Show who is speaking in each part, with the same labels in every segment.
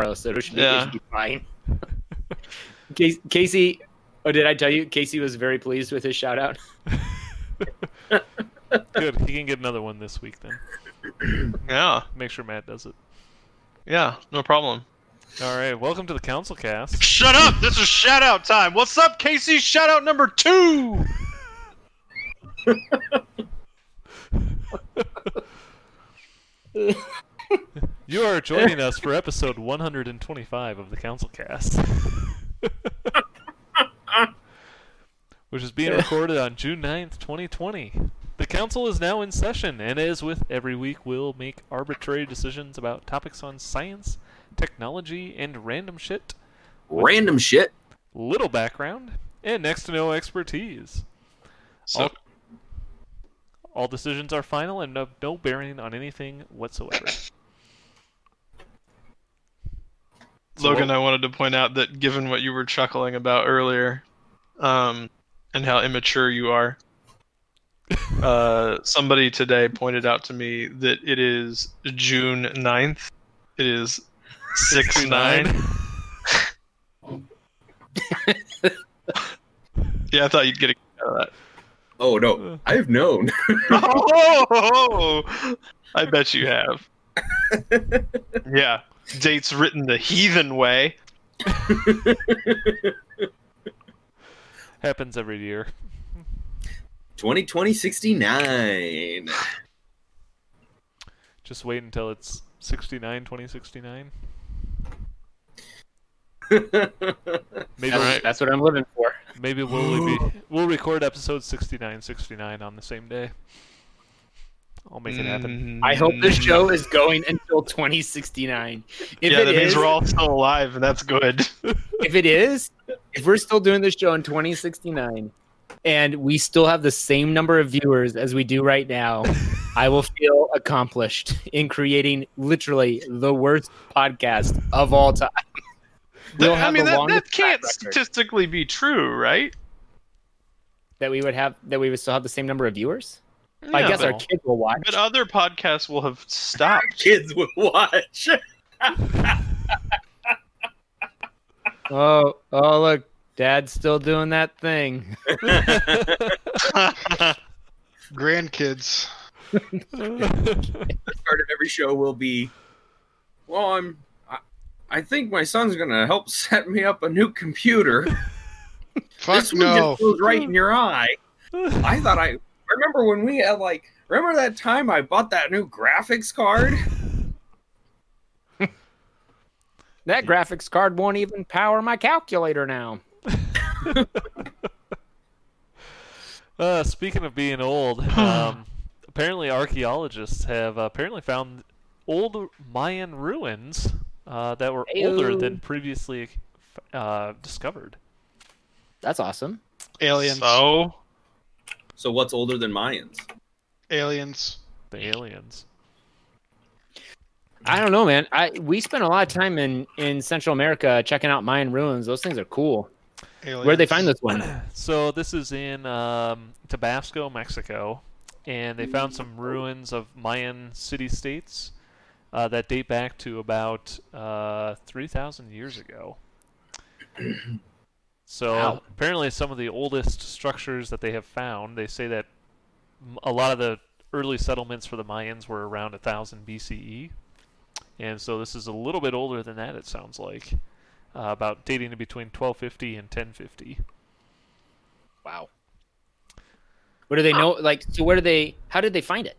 Speaker 1: no, so it should be, it
Speaker 2: Yeah.
Speaker 1: should be fine. Cas- Casey, oh, did I tell you? Casey was very pleased with his shout out.
Speaker 3: Good. He can get another one this week then.
Speaker 2: Yeah,
Speaker 3: Make sure Matt does it.
Speaker 2: yeah, no problem.
Speaker 3: All right. Welcome to the Council Cast.
Speaker 2: Shut up! This is shout out time. What's up, Casey? Shout out number two.
Speaker 3: You are joining us for episode 125 of the Council Cast, which is being recorded on June 9th, 2020. The Council is now in session, and as with every week, we'll make arbitrary decisions about topics on science, technology, and random shit,
Speaker 4: Random shit.
Speaker 3: little background, and next to no expertise.
Speaker 2: So,
Speaker 3: All decisions are final and have no bearing on anything whatsoever.
Speaker 2: Logan, I wanted to point out that given what you were chuckling about earlier, um, and how immature you are, uh, somebody today pointed out to me that it is June 9th. It is six nine. Yeah, I thought you'd get a kick out of that.
Speaker 4: Oh no, I've known.
Speaker 2: Oh, I bet you have. yeah, dates written the heathen way.
Speaker 3: Happens every year.
Speaker 4: 2020 69.
Speaker 3: Just wait until it's 69, 2069. Maybe,
Speaker 2: Alright.
Speaker 1: That's what I'm living for.
Speaker 3: maybe we'll be, we'll record episode 69, 69 on the same day. I'll make it happen.
Speaker 1: Mm-hmm. I hope this show is going until 2069. If
Speaker 2: Mm. yeah,
Speaker 1: it
Speaker 2: that means
Speaker 1: is-
Speaker 2: we're all still alive, and that's good.
Speaker 1: if it is, if we're still doing this show in 2069 and we still have the same number of viewers as we do right now, I will feel accomplished in creating literally the worst podcast of all time. We'll
Speaker 2: I
Speaker 1: have
Speaker 2: mean,
Speaker 1: the
Speaker 2: that,
Speaker 1: longest
Speaker 2: that can't
Speaker 1: track record.
Speaker 2: statistically be true, right?
Speaker 1: that we would have that we would still have the same number of viewers. I
Speaker 2: Yeah,
Speaker 1: guess
Speaker 2: but,
Speaker 1: our kids will watch.
Speaker 2: but uh, other podcasts will have stopped.
Speaker 4: Kids will watch.
Speaker 1: Oh, oh look, dad's still doing that thing.
Speaker 5: Grandkids.
Speaker 4: Part of every show will be. Well, I'm. I, I think my son's gonna help set me up a new computer.
Speaker 5: Fuck
Speaker 4: this one
Speaker 5: no.
Speaker 4: just goes right in your eye.
Speaker 6: Mm.
Speaker 4: I thought I remember when we had like remember that time I bought that new graphics card.
Speaker 1: That graphics card won't even power my calculator now.
Speaker 3: Uh, speaking of being old, um, apparently archaeologists have uh, apparently found old Mayan ruins uh, that were older
Speaker 1: Ayo.
Speaker 3: than previously uh, discovered.
Speaker 1: That's awesome.
Speaker 5: Aliens.
Speaker 2: So,
Speaker 4: So what's older than Mayans?
Speaker 5: Aliens.
Speaker 3: The aliens.
Speaker 1: I don't know, man. I we spent a lot of time in in Central America checking out Mayan ruins. Those things are cool.
Speaker 5: Aliens.
Speaker 1: Where'd they find this one?
Speaker 3: So this is in um, Tabasco, Mexico, and they found some ruins of Mayan city-states uh, that date back to about uh, 3,000 years ago. So
Speaker 1: Wow.
Speaker 3: apparently, some of the oldest structures that they have found, they say that m- a lot of the early settlements for the Mayans were around 1,000 BCE, E. and so this is a little bit older than that. It sounds like uh, about dating to between 1250 and 1050.
Speaker 1: Wow. What do they know? Like, so where do they? How did they find it?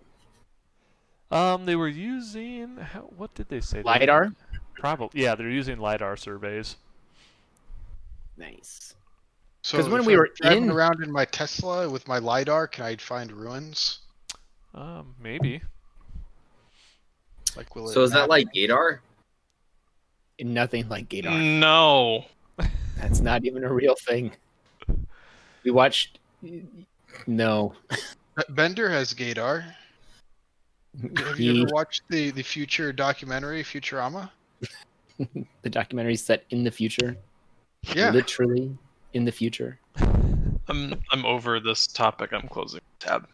Speaker 3: Um, they were using how, what did they say? They were-
Speaker 1: Lidar.
Speaker 3: Probably, yeah, they're using lidar surveys.
Speaker 1: Nice.
Speaker 5: So
Speaker 1: 'Cause when
Speaker 5: if
Speaker 1: we
Speaker 5: I'm
Speaker 1: were
Speaker 5: driving
Speaker 1: in-
Speaker 5: around in my Tesla with my lidar, can I find ruins?
Speaker 3: Um, maybe.
Speaker 5: Like, will it
Speaker 4: So is that
Speaker 5: map-
Speaker 4: like Gadar?
Speaker 1: Nothing like Gadar.
Speaker 2: Mm. no.
Speaker 1: That's not even a real thing. We watched. No.
Speaker 5: Bender has Gadar? Have you
Speaker 1: He-
Speaker 5: ever watched the the future documentary Futurama?
Speaker 1: the documentary is set in the future.
Speaker 5: Yeah.
Speaker 1: Literally in the future.
Speaker 2: I'm, I'm over this topic. I'm closing the tab.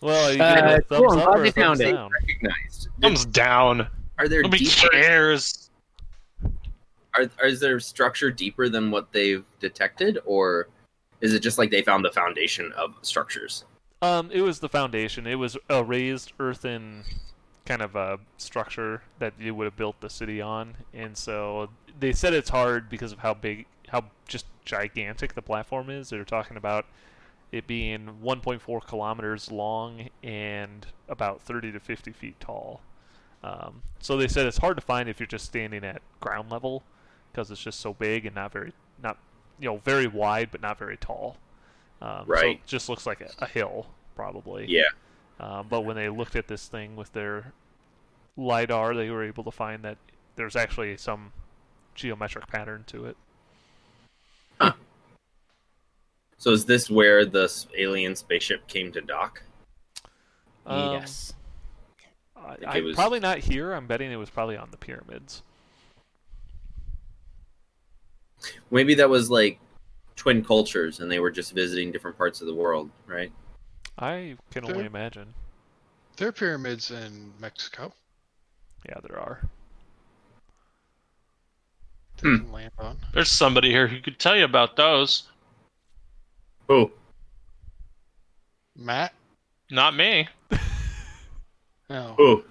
Speaker 3: Well, you
Speaker 1: Uh,
Speaker 3: give it a
Speaker 1: cool,
Speaker 3: thumbs
Speaker 1: I'm
Speaker 3: up
Speaker 1: glad
Speaker 3: or
Speaker 1: they
Speaker 3: a thumbs
Speaker 1: found it.
Speaker 3: down.
Speaker 4: Recognized.
Speaker 2: Thumbs down.
Speaker 4: Are there
Speaker 2: Nobody
Speaker 4: deeper?
Speaker 2: cares.
Speaker 4: Are, are is there structure deeper than what they've detected, or is it just like they found the foundation of structures?
Speaker 3: Um, it was the foundation. It was a raised earthen kind of a structure that you would have built the city on, and so they said it's hard because of how big, how just gigantic the platform is. They're talking about it being 1.4 kilometers long and about 30 to 50 feet tall. Um, so they said it's hard to find if you're just standing at ground level because it's just so big and not very, not you know, very wide but not very tall. Um, So
Speaker 4: Right.
Speaker 3: it just looks like a, a hill probably.
Speaker 4: Yeah.
Speaker 3: Um, but when they looked at this thing with their lidar, they were able to find that there's actually some geometric pattern to it.
Speaker 4: So is this where the s- alien spaceship came to dock?
Speaker 3: Um,
Speaker 1: yes.
Speaker 3: I,
Speaker 4: think it
Speaker 3: I,
Speaker 4: was-
Speaker 3: Probably not here. I'm betting it was probably on the pyramids.
Speaker 4: Maybe that was like twin cultures, and they were just visiting different parts of the world, right?
Speaker 3: I can
Speaker 5: There-
Speaker 3: only imagine.
Speaker 5: There are pyramids in Mexico.
Speaker 3: Yeah, there are.
Speaker 5: They
Speaker 4: Hmm.
Speaker 5: can land on.
Speaker 2: There's somebody here who could tell you about those.
Speaker 4: Oh,
Speaker 5: Matt?
Speaker 2: Not me.
Speaker 5: No.
Speaker 4: oh,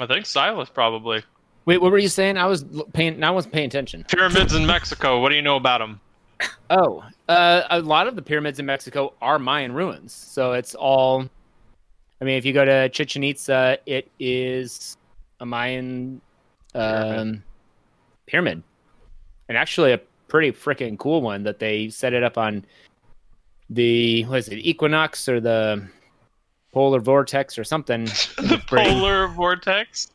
Speaker 2: I think Silas probably.
Speaker 1: Wait, what were you saying? I was l- paying. I wasn't paying attention.
Speaker 2: Pyramids in Mexico. What do you know about them?
Speaker 1: Oh, uh, a lot of the pyramids in Mexico are Mayan ruins, so it's all. I mean, if you go to Chichen Itza, it is a Mayan um, pyramid, and actually a pretty freaking cool one that they set it up on the what is it equinox or the polar vortex or something
Speaker 2: the
Speaker 1: Pretty-
Speaker 2: polar vortex.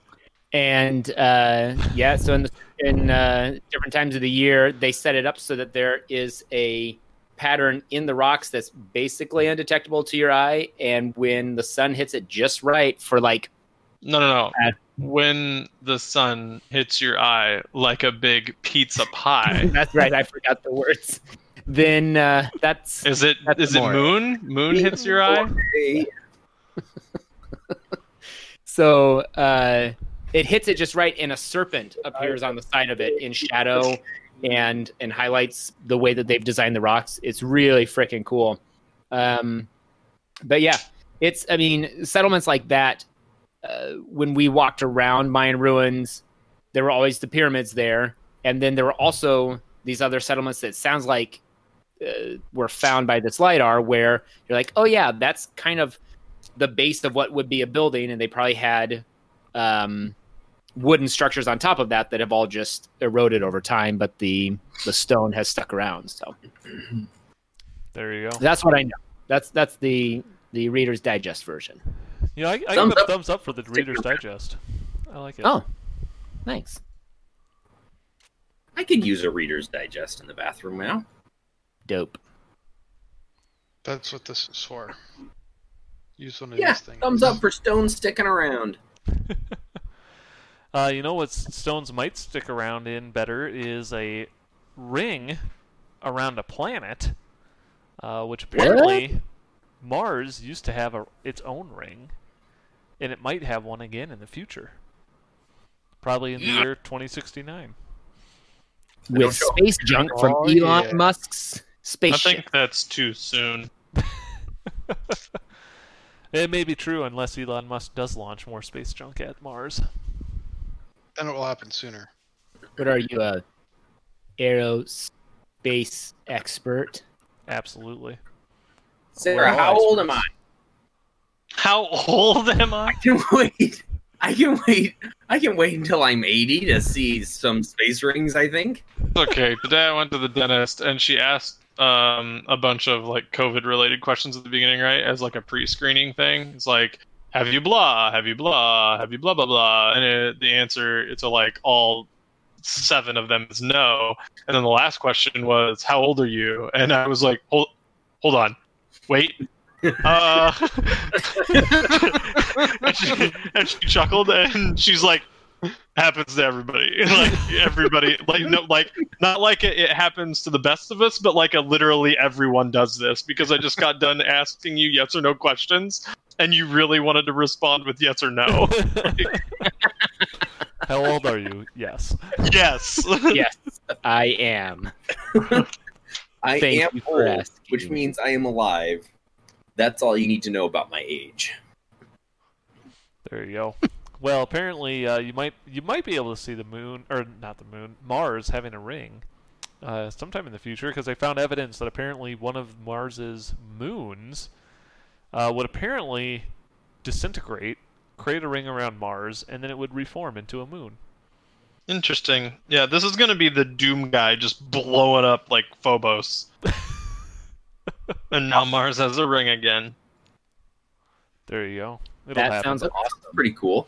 Speaker 1: and uh, yeah, so in the, in uh, different times of the year, they set it up so that there is a pattern in the rocks that's basically undetectable to your eye, and when the sun hits it just right for like
Speaker 2: No, no, no.
Speaker 1: Bad.
Speaker 2: When the sun hits your eye like a big pizza pie,
Speaker 1: that's right, I forgot the words. Then uh, that's
Speaker 2: is it?
Speaker 1: That's
Speaker 2: Is it
Speaker 1: more.
Speaker 2: moon? Moon hits your eye.
Speaker 4: hey.
Speaker 1: so uh, it hits it just right, and a serpent appears on the side of it in shadow. and and highlights the way that they've designed the rocks. It's really freaking cool. Um, but yeah, it's I mean settlements like that. Uh, when we walked around Mayan ruins, there were always the pyramids there, and then there were also these other settlements that sounds like uh, were found by this lidar, where you're like, oh yeah, that's kind of the base of what would be a building, and they probably had. Um, wooden structures on top of that that have all just eroded over time, but the the stone has stuck around. So
Speaker 3: There you go.
Speaker 1: that's what I know. That's that's the the Reader's Digest version.
Speaker 3: You know, I, I give
Speaker 4: Thumbs
Speaker 3: a
Speaker 4: up.
Speaker 3: thumbs up for the Reader's Digest. I like it.
Speaker 1: Oh, thanks.
Speaker 4: I could use a Reader's Digest in the bathroom now.
Speaker 1: Dope.
Speaker 5: That's what this is for. Use one of
Speaker 4: Yeah,
Speaker 5: these things.
Speaker 4: thumbs up for Stone sticking around.
Speaker 3: Uh, you know what stones might stick around in better is a ring around a planet, uh, which apparently Mars used to have a, its own ring, and it might have one again in the future. Probably in the year 2069.
Speaker 4: don't
Speaker 1: With
Speaker 4: show up.
Speaker 1: space junk from
Speaker 5: Oh,
Speaker 1: Elon
Speaker 5: yeah.
Speaker 1: Musk's
Speaker 2: I
Speaker 1: spaceship.
Speaker 2: think that's too soon.
Speaker 3: It may be true unless Elon Musk does launch more space junk at Mars.
Speaker 5: Then it will happen sooner.
Speaker 1: What are you a aerospace expert?
Speaker 3: Absolutely.
Speaker 4: Sarah, how
Speaker 3: Well,
Speaker 4: old am I?
Speaker 2: How old am I?
Speaker 4: I can wait. I can wait. I can wait until I'm 80 to see some space rings. I think.
Speaker 2: okay, today I went to the dentist and she asked um, a bunch of like COVID related questions at the beginning, right? As like a pre screening thing. It's like, have you blah? Have you blah? Have you blah blah blah? And it, the answer to like all seven of them is no. And then the last question was, how old are you? And I was like, hold, hold on, wait. uh, and, she, and she chuckled and she's like, happens to everybody. Like everybody, like no, like not like it, it happens to the best of us, but like a literally everyone does this because I just got done asking you yes or no questions, and you really wanted to respond with yes or no.
Speaker 3: How old are you? Yes.
Speaker 2: Yes.
Speaker 1: yes, I am.
Speaker 6: I
Speaker 1: Thank
Speaker 6: am
Speaker 1: you for
Speaker 6: old,
Speaker 1: asking.
Speaker 6: which means I am alive. That's all you need to know about my age.
Speaker 3: There you go. Well, apparently uh, you might you might be able to see the moon or not the moon Mars having a ring uh, sometime in the future because they found evidence that apparently one of Mars's moons uh, would apparently disintegrate, create a ring around Mars, and then it would reform into a moon.
Speaker 2: Interesting. Yeah, this is gonna be the Doom guy just blowing up like Phobos. and now Mars has a ring again.
Speaker 3: There you go. It'll
Speaker 1: that
Speaker 3: happen.
Speaker 1: sounds.
Speaker 6: Pretty cool.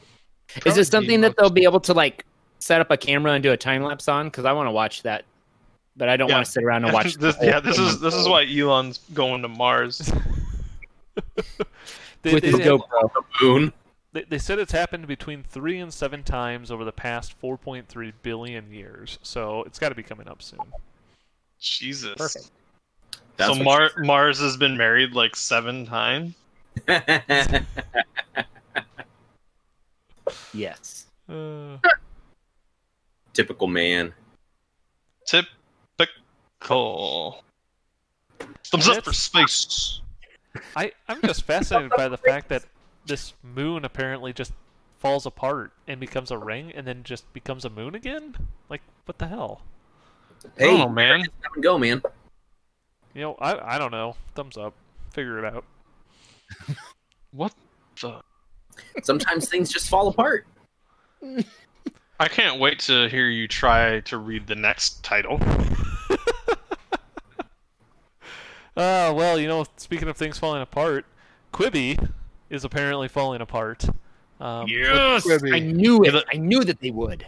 Speaker 1: Is it something that they'll be able to like set up a camera and do a time lapse on? Because I want to watch that, but I don't
Speaker 2: Yeah.
Speaker 1: want to sit around and watch.
Speaker 2: this,
Speaker 1: the whole
Speaker 2: yeah, this
Speaker 1: thing
Speaker 2: is this is why Elon's going to Mars.
Speaker 3: They-
Speaker 1: with
Speaker 3: they-
Speaker 1: his GoPro.
Speaker 4: Moon.
Speaker 3: They, they said it's happened between three and seven times over the past 4.3 billion years, so it's got to be coming up soon.
Speaker 2: Jesus.
Speaker 1: Perfect.
Speaker 6: That's
Speaker 2: so
Speaker 6: what
Speaker 2: Mar- Mars has been married like seven times.
Speaker 1: Yes.
Speaker 3: Uh,
Speaker 6: Typical man.
Speaker 2: Typical. Thumbs up for
Speaker 3: That's-
Speaker 2: space.
Speaker 3: I I'm just fascinated by the fact that this moon apparently just falls apart and becomes a ring, and then just becomes a moon again. Like what the hell?
Speaker 6: Hey,
Speaker 2: oh man,
Speaker 6: come and go, man.
Speaker 3: You know, I I don't know. Thumbs up. Figure it out.
Speaker 2: what the?
Speaker 6: Sometimes things just fall apart.
Speaker 2: I can't wait to hear you try to read the next title.
Speaker 3: Uh, well, you know, speaking of things falling apart, Quibi is apparently falling apart. Um,
Speaker 2: Yes.
Speaker 1: I knew
Speaker 2: Yeah,
Speaker 1: it.
Speaker 2: the-
Speaker 1: I knew that they would.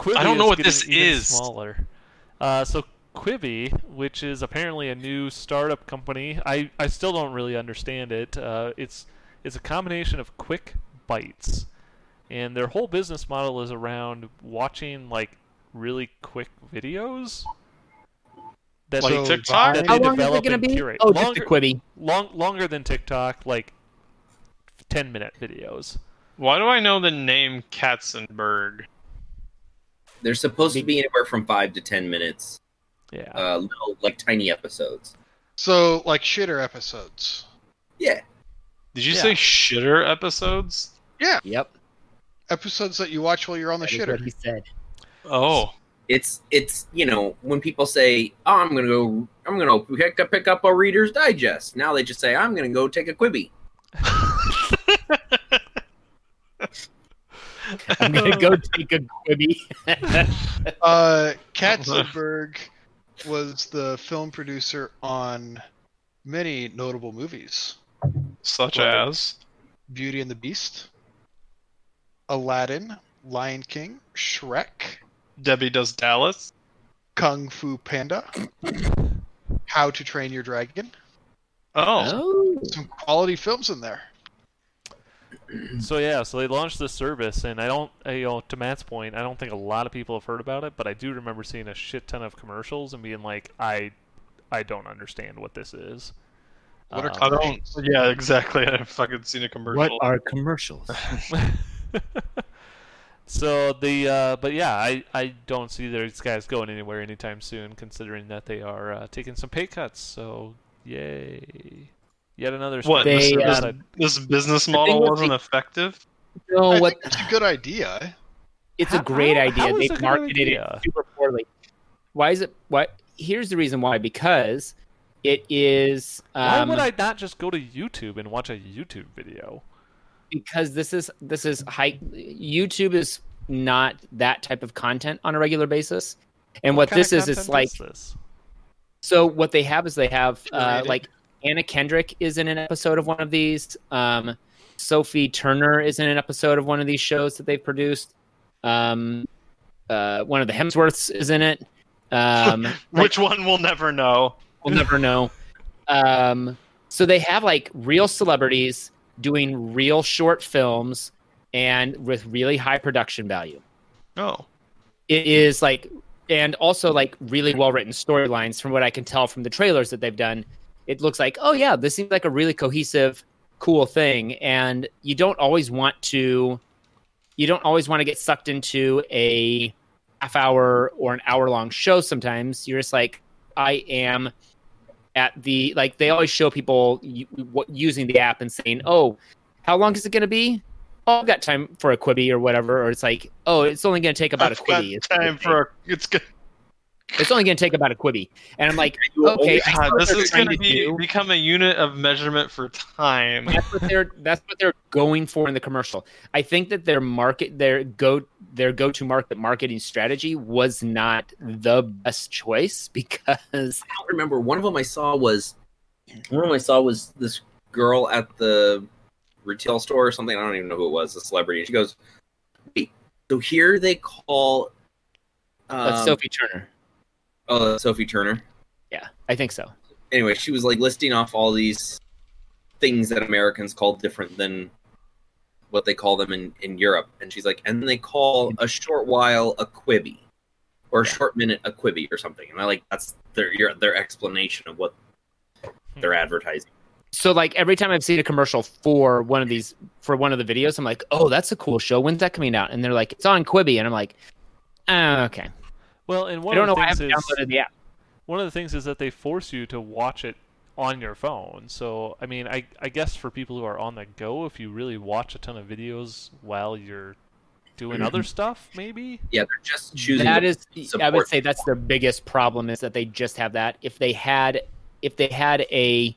Speaker 3: Quibi
Speaker 2: I don't know
Speaker 3: is
Speaker 2: what
Speaker 3: getting
Speaker 2: this
Speaker 3: even
Speaker 2: is.
Speaker 3: Smaller. Uh, so Quibi, which is apparently a new startup company, I, I still don't really understand it. Uh, it's it's a combination of quick bites, and their whole business model is around watching like really quick videos. That
Speaker 2: Like
Speaker 3: they,
Speaker 2: TikTok?
Speaker 3: that
Speaker 1: How
Speaker 3: they
Speaker 1: long is
Speaker 3: develop
Speaker 1: it going
Speaker 3: and
Speaker 1: to be?
Speaker 3: curate.
Speaker 1: Oh, just
Speaker 3: longer,
Speaker 1: a Quibi.
Speaker 3: long, longer than TikTok, like ten minute videos.
Speaker 2: Why do I know the name Katzenberg?
Speaker 6: They're supposed to be anywhere from five to ten minutes.
Speaker 3: Yeah.
Speaker 1: Oh.
Speaker 6: Uh, little, like tiny episodes.
Speaker 5: So, like shitter episodes.
Speaker 6: Yeah.
Speaker 2: Did you
Speaker 3: Yeah.
Speaker 2: say shitter episodes?
Speaker 1: Yep.
Speaker 5: Episodes that you watch while you're on the
Speaker 1: that is
Speaker 5: shitter.
Speaker 1: what he said.
Speaker 2: Oh,
Speaker 6: It's it's you know when people say oh I'm gonna go I'm gonna pick up pick up a Reader's Digest now they just say I'm gonna go take a Quibi
Speaker 1: I'm going to go take a Quibi.
Speaker 5: Uh, Katzenberg was the film producer on many notable movies
Speaker 2: such
Speaker 5: Well-
Speaker 2: as
Speaker 5: Beauty and the Beast, Aladdin, Lion King, Shrek,
Speaker 2: Debbie Does Dallas.
Speaker 5: Kung Fu Panda, How to Train Your Dragon.
Speaker 2: Oh,
Speaker 1: Oh.
Speaker 5: Some quality films in there.
Speaker 3: So yeah, so they launched this service, and I don't, I, you know, to Matt's point, I don't think a lot of people have heard about it, but I do remember seeing a shit ton of commercials and being like, I, I don't understand what this is.
Speaker 5: What are
Speaker 2: I
Speaker 3: Um,
Speaker 2: don't. Yeah, exactly. I've fucking seen a
Speaker 1: What
Speaker 2: commercial.
Speaker 1: are commercials?
Speaker 3: so the, uh, but yeah, I, I don't see these guys going anywhere anytime soon, considering that they are uh, taking some pay cuts. So yay, yet another
Speaker 2: What,
Speaker 3: step
Speaker 1: They,
Speaker 3: on the
Speaker 1: uh,
Speaker 3: side.
Speaker 2: this business
Speaker 1: thing
Speaker 2: model
Speaker 1: with
Speaker 2: wasn't effective.
Speaker 1: No,
Speaker 5: I
Speaker 1: Oh, what?
Speaker 5: think it's a good idea.
Speaker 1: It's
Speaker 3: How-
Speaker 1: a great
Speaker 3: how-
Speaker 1: idea.
Speaker 3: how is
Speaker 1: They
Speaker 3: it a good
Speaker 1: marketed
Speaker 3: idea?
Speaker 1: it super poorly. Why is it? Why? Here's the reason why. Because it is.
Speaker 3: Why
Speaker 1: Um,
Speaker 3: would I not just go to YouTube and watch a YouTube video?
Speaker 1: because this is this is high youtube is not that type of content on a regular basis and what,
Speaker 3: kind
Speaker 1: this
Speaker 3: of
Speaker 1: is it's
Speaker 3: content
Speaker 1: like
Speaker 3: is this?
Speaker 1: so what they have is they have uh,
Speaker 5: Curated.
Speaker 1: like anna kendrick is in an episode of one of these um, sophie turner is in an episode of one of these shows that they've produced um, uh, one of the hemsworths is in it um,
Speaker 2: Which one we'll never know.
Speaker 1: we'll never know. Um, so they have like real celebrities doing real short films and with really high production value.
Speaker 2: Oh.
Speaker 1: It is like, and also like really well written storylines from what I can tell from the trailers that they've done. It looks like, oh yeah, this seems like a really cohesive, cool thing. And you don't always want to you don't always want to get sucked into a half hour or an hour long show sometimes you're just like i am at the like they always show people u- what- using the app and saying oh how long is it going to be oh i've got time for a quibby or whatever or it's like oh it's only going to take about
Speaker 2: I've
Speaker 1: a
Speaker 2: got
Speaker 1: quibby It's-
Speaker 2: time for a, it's good.
Speaker 1: it's only going to take about a quibby and i'm like okay I see
Speaker 2: God,
Speaker 1: what
Speaker 2: this
Speaker 1: they're
Speaker 2: is
Speaker 1: trying
Speaker 2: going to
Speaker 1: to
Speaker 2: be
Speaker 1: do.
Speaker 2: become a unit of measurement for time.
Speaker 1: that's what they're that's what they're going for in the commercial. I think that their market their go their go to market marketing strategy was not the best choice because
Speaker 6: I don't remember. One of them I saw was one of them I saw was this girl at the retail store or something. I don't even know who it was. A celebrity. She goes, "Wait, so here they call." Um,
Speaker 1: that's Sophie Turner.
Speaker 6: Oh, that's Sophie Turner.
Speaker 1: Yeah, I think so.
Speaker 6: Anyway, she was like listing off all these things that Americans call different than what they call them in, in Europe. And she's like, and they call a short while a quibby or a
Speaker 1: Yeah.
Speaker 6: short minute a quibby or something. And I like that's their your, their explanation of what
Speaker 1: Hmm.
Speaker 6: they're advertising.
Speaker 1: So like every time I've seen a commercial for one of these for one of the videos, I'm like, oh, that's a cool show. When's that coming out? And they're like, it's on Quibi, and I'm like, oh, okay.
Speaker 3: Well, and
Speaker 1: I
Speaker 3: one
Speaker 1: don't know
Speaker 3: of the
Speaker 1: why I
Speaker 3: things
Speaker 1: haven't
Speaker 3: is
Speaker 1: downloaded the app.
Speaker 3: one of the things is that they force you to watch it on your phone. So, I mean, I, I guess for people who are on the go, if you really watch a ton of videos while you're doing other
Speaker 1: Mm-hmm.
Speaker 3: stuff, maybe.
Speaker 6: Yeah, they're just choosing.
Speaker 1: that
Speaker 6: the-
Speaker 1: is i would
Speaker 6: support.
Speaker 1: say that's their biggest problem is that they just have that if they had if they had a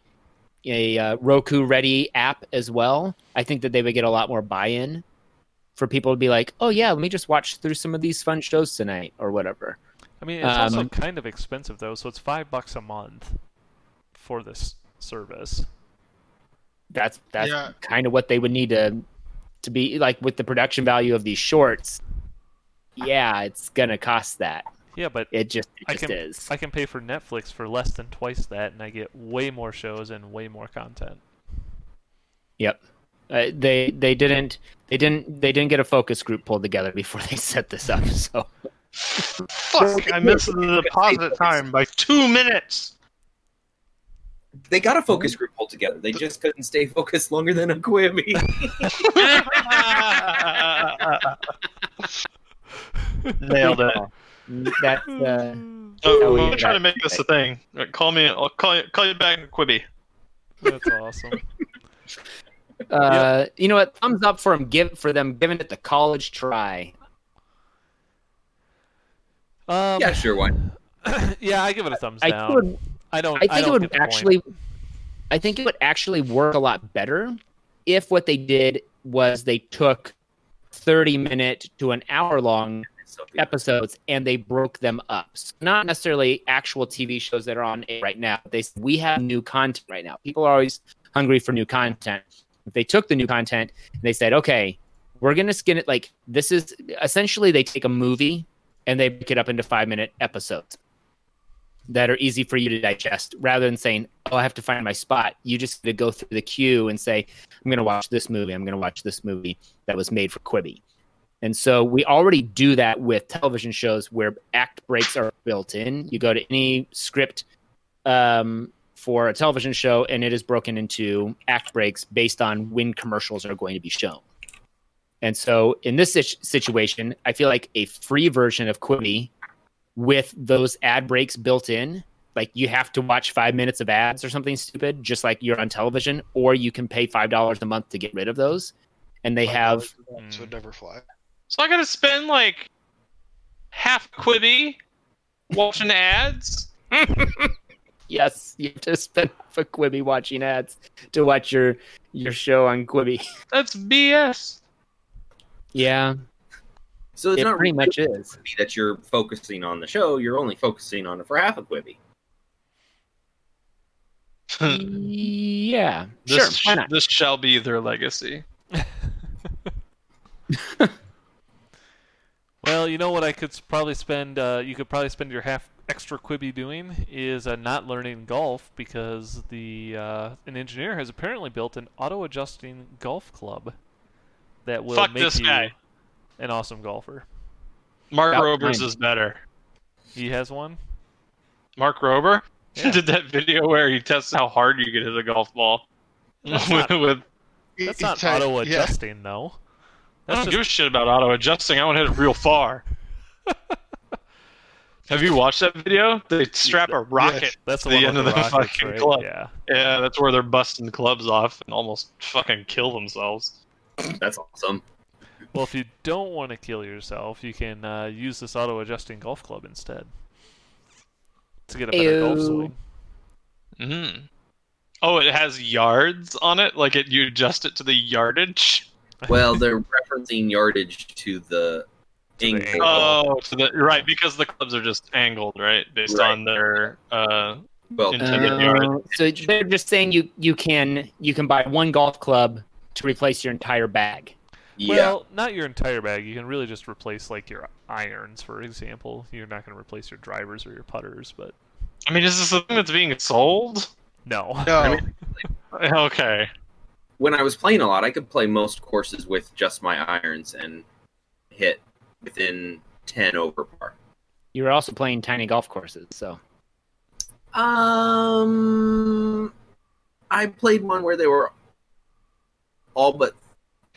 Speaker 1: a uh, roku ready app as well i think that they would get a lot more buy-in for people to be like oh yeah let me just watch through some of these fun shows tonight or whatever
Speaker 3: I mean, it's also
Speaker 1: Um,
Speaker 3: kind of expensive though, so it's five bucks a month for this service.
Speaker 1: that's that's
Speaker 5: Yeah.
Speaker 1: kind of what they would need to to be like with the production value of these shorts yeah it's gonna cost that
Speaker 3: Yeah, but
Speaker 1: it just
Speaker 3: I
Speaker 1: it just
Speaker 3: can-
Speaker 1: is
Speaker 3: I can pay for Netflix for less than twice that, and I get way more shows and way more content.
Speaker 1: Yep. Uh, they they didn't they didn't they didn't get a focus group pulled together before they set this up. So
Speaker 5: Fuck! I missed the deposit time by two minutes.
Speaker 6: they got a focus group pulled together. They just couldn't stay focused longer than a quibby.
Speaker 2: Nailed it.
Speaker 1: that's uh,
Speaker 2: So
Speaker 1: Oh,
Speaker 2: I'm
Speaker 1: yeah,
Speaker 2: gonna try
Speaker 1: that-
Speaker 2: to make this a thing. Right, call me. I'll call you. Call you back, in Quibi.
Speaker 3: That's awesome.
Speaker 1: uh, you know what? Thumbs up for them give for them giving it the college try.
Speaker 3: Um,
Speaker 6: yeah, sure, why? not?
Speaker 3: yeah, I give it a thumbs
Speaker 1: I think
Speaker 3: down.
Speaker 1: it would,
Speaker 3: I don't.
Speaker 1: I think it
Speaker 3: don't get
Speaker 1: would
Speaker 3: the point.
Speaker 1: actually I think it would actually work a lot better if what they did was they took 30 minute to an hour long episodes and they broke them up. So not necessarily actual TV shows that are on air right now. They said, we have new content right now. People are always hungry for new content. They took the new content and they said, okay, we're gonna skin it like this is essentially they take a movie and they break it up into five minute episodes that are easy for you to digest rather than saying, Oh, I have to find my spot. You just get to go through the queue and say, I'm gonna watch this movie, I'm gonna watch this movie that was made for Quibi. And so we already do that with television shows where act breaks are built in. You go to any script um, for a television show, and it is broken into act breaks based on when commercials are going to be shown. And so in this sit- situation, I feel like a free version of Quibi with those ad breaks built in, like you have to watch five minutes of ads or something stupid, just like you're on television, or you can pay $5 a month to get rid of those. And they have
Speaker 5: so it'd never fly.
Speaker 2: So I gotta spend like half Quibi watching ads.
Speaker 1: Yes, you have to spend for Quibi watching ads to watch your your show on Quibi.
Speaker 2: That's BS.
Speaker 1: Yeah,
Speaker 6: So it's
Speaker 1: it
Speaker 6: not
Speaker 1: pretty
Speaker 6: really
Speaker 1: much is.
Speaker 6: that you're focusing on the show. You're only focusing on it for half a quibby.
Speaker 1: yeah, sure.
Speaker 2: This,
Speaker 1: Why not?
Speaker 2: this shall be their legacy.
Speaker 3: Well, you know what I could s- probably spend. Uh, you could probably spend your half extra quibby doing is uh, not learning golf because the uh, an engineer has apparently built an auto-adjusting golf club that will
Speaker 2: Fuck
Speaker 3: make
Speaker 2: this
Speaker 3: you
Speaker 2: guy.
Speaker 3: an awesome golfer.
Speaker 2: Mark
Speaker 1: About
Speaker 2: Rober's
Speaker 1: time.
Speaker 2: is better.
Speaker 3: He has one.
Speaker 2: Mark Rober
Speaker 3: Yeah.
Speaker 2: did that video where he tests how hard you can hit a golf ball
Speaker 3: That's
Speaker 2: with,
Speaker 3: not-
Speaker 2: with
Speaker 5: He-
Speaker 3: That's
Speaker 5: he
Speaker 3: not
Speaker 5: said- E- yeah.
Speaker 3: auto-adjusting though.
Speaker 2: I don't
Speaker 3: That's just,
Speaker 2: give a shit about auto adjusting. I want to hit it real far. Have you watched that video? They strap a rocket.
Speaker 3: that's the,
Speaker 2: the
Speaker 3: one
Speaker 2: end
Speaker 3: with
Speaker 2: of the
Speaker 3: rockets,
Speaker 2: fucking
Speaker 3: right?
Speaker 2: club.
Speaker 3: Yeah.
Speaker 2: Yeah, that's where they're busting clubs off and almost fucking kill themselves.
Speaker 6: That's awesome.
Speaker 3: Well, if you don't want to kill yourself, you can uh, use this auto-adjusting golf club instead to get a better golf
Speaker 1: Ew.
Speaker 3: swing.
Speaker 2: hmm
Speaker 3: Mm-hmm.
Speaker 2: Oh, it has yards on it. Like it, you adjust it to the yardage.
Speaker 6: Well, they're referencing yardage to the angle.
Speaker 3: angle.
Speaker 2: Oh, to the, right, because the clubs are just angled, right, based
Speaker 6: Right.
Speaker 2: on their uh,
Speaker 6: well,
Speaker 2: into the yard.
Speaker 1: Um, so they're just saying you you can you can buy one golf club to replace your entire bag.
Speaker 6: yeah.
Speaker 3: Well, not your entire bag. You can really just replace like your irons, for example. You're not going to replace your drivers or your putters, but
Speaker 2: I mean, is this the thing that's being sold?
Speaker 3: no.
Speaker 5: No,
Speaker 2: Okay.
Speaker 6: when I was playing a lot, I could play most courses with just my irons and hit within ten over par.
Speaker 1: You were also playing tiny golf courses, so
Speaker 6: Um, I played one where they were all but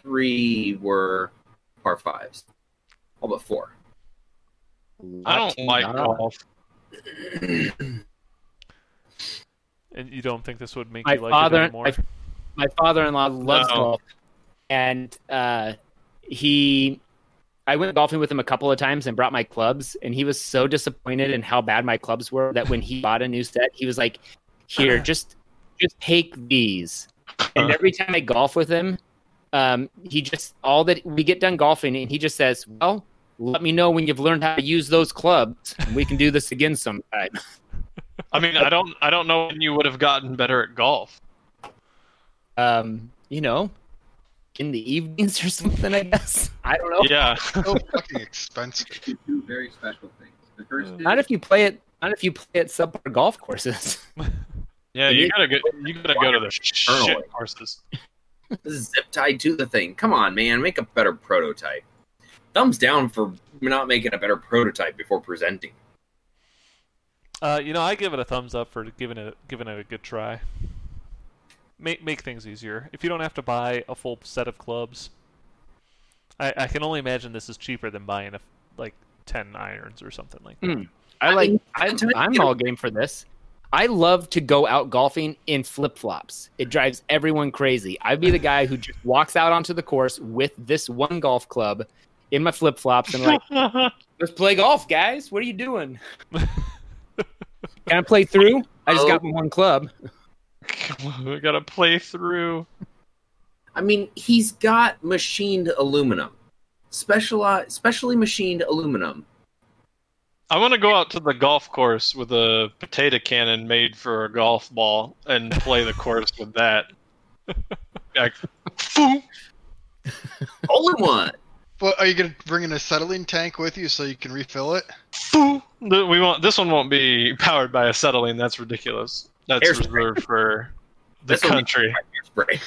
Speaker 6: three were par fives, all but four.
Speaker 2: I don't like golf.
Speaker 3: And you don't think this would make
Speaker 1: My
Speaker 3: you like it
Speaker 1: father,
Speaker 3: anymore?
Speaker 1: my, my father-in-law loves
Speaker 2: No.
Speaker 1: golf, and uh, he, I went golfing with him a couple of times and brought my clubs, and he was so disappointed in how bad my clubs were that when he bought a new set, he was like, "Here, just, just take these." And every time I golf with him, um, he just all that we get done golfing, and he just says, "Well." Let me know when you've learned how to use those clubs. and We can do this again sometime.
Speaker 2: I mean, I don't, I don't know when you would have gotten better at golf.
Speaker 1: um, you know, in the evenings or something, I guess. I don't know.
Speaker 2: Yeah.
Speaker 5: so fucking expensive.
Speaker 4: Two very special things. The first is
Speaker 1: Not if you play it. Not if you play at subpar golf courses.
Speaker 2: Yeah, you gotta go. You gotta go to the shit courses.
Speaker 6: This is zip tied to the thing. Come on, man, make a better prototype. Thumbs down for not making a better prototype before presenting.
Speaker 3: Uh, you know, I give it a thumbs up for giving it giving it a good try. Make make things easier. If you don't have to buy a full set of clubs, I, I can only imagine this is cheaper than buying a f- like ten irons or something like that.
Speaker 1: Mm. I like. I,
Speaker 6: sometimes
Speaker 1: I'm
Speaker 6: you-
Speaker 1: all game for this. I love to go out golfing in flip flops. It drives everyone crazy. I'd be the guy who just walks out onto the course with this one golf club in my flip flops and like, let's play golf, guys. What are you doing? Can I play through? I just got my one club.
Speaker 2: we gotta play through.
Speaker 6: I mean, he's got machined aluminum, specialized, specially machined aluminum.
Speaker 2: I want to go out to the golf course with a potato cannon made for a golf ball and play the course with that. Like, foo.
Speaker 6: All in one.
Speaker 5: Well, are you gonna bring in a settling tank with you so you can refill it?
Speaker 2: Foo. Th- We won't. This one won't be powered by a settling. That's ridiculous. That's
Speaker 6: Airspray.
Speaker 2: reserved for the
Speaker 6: This will be-
Speaker 2: country.
Speaker 6: Spray.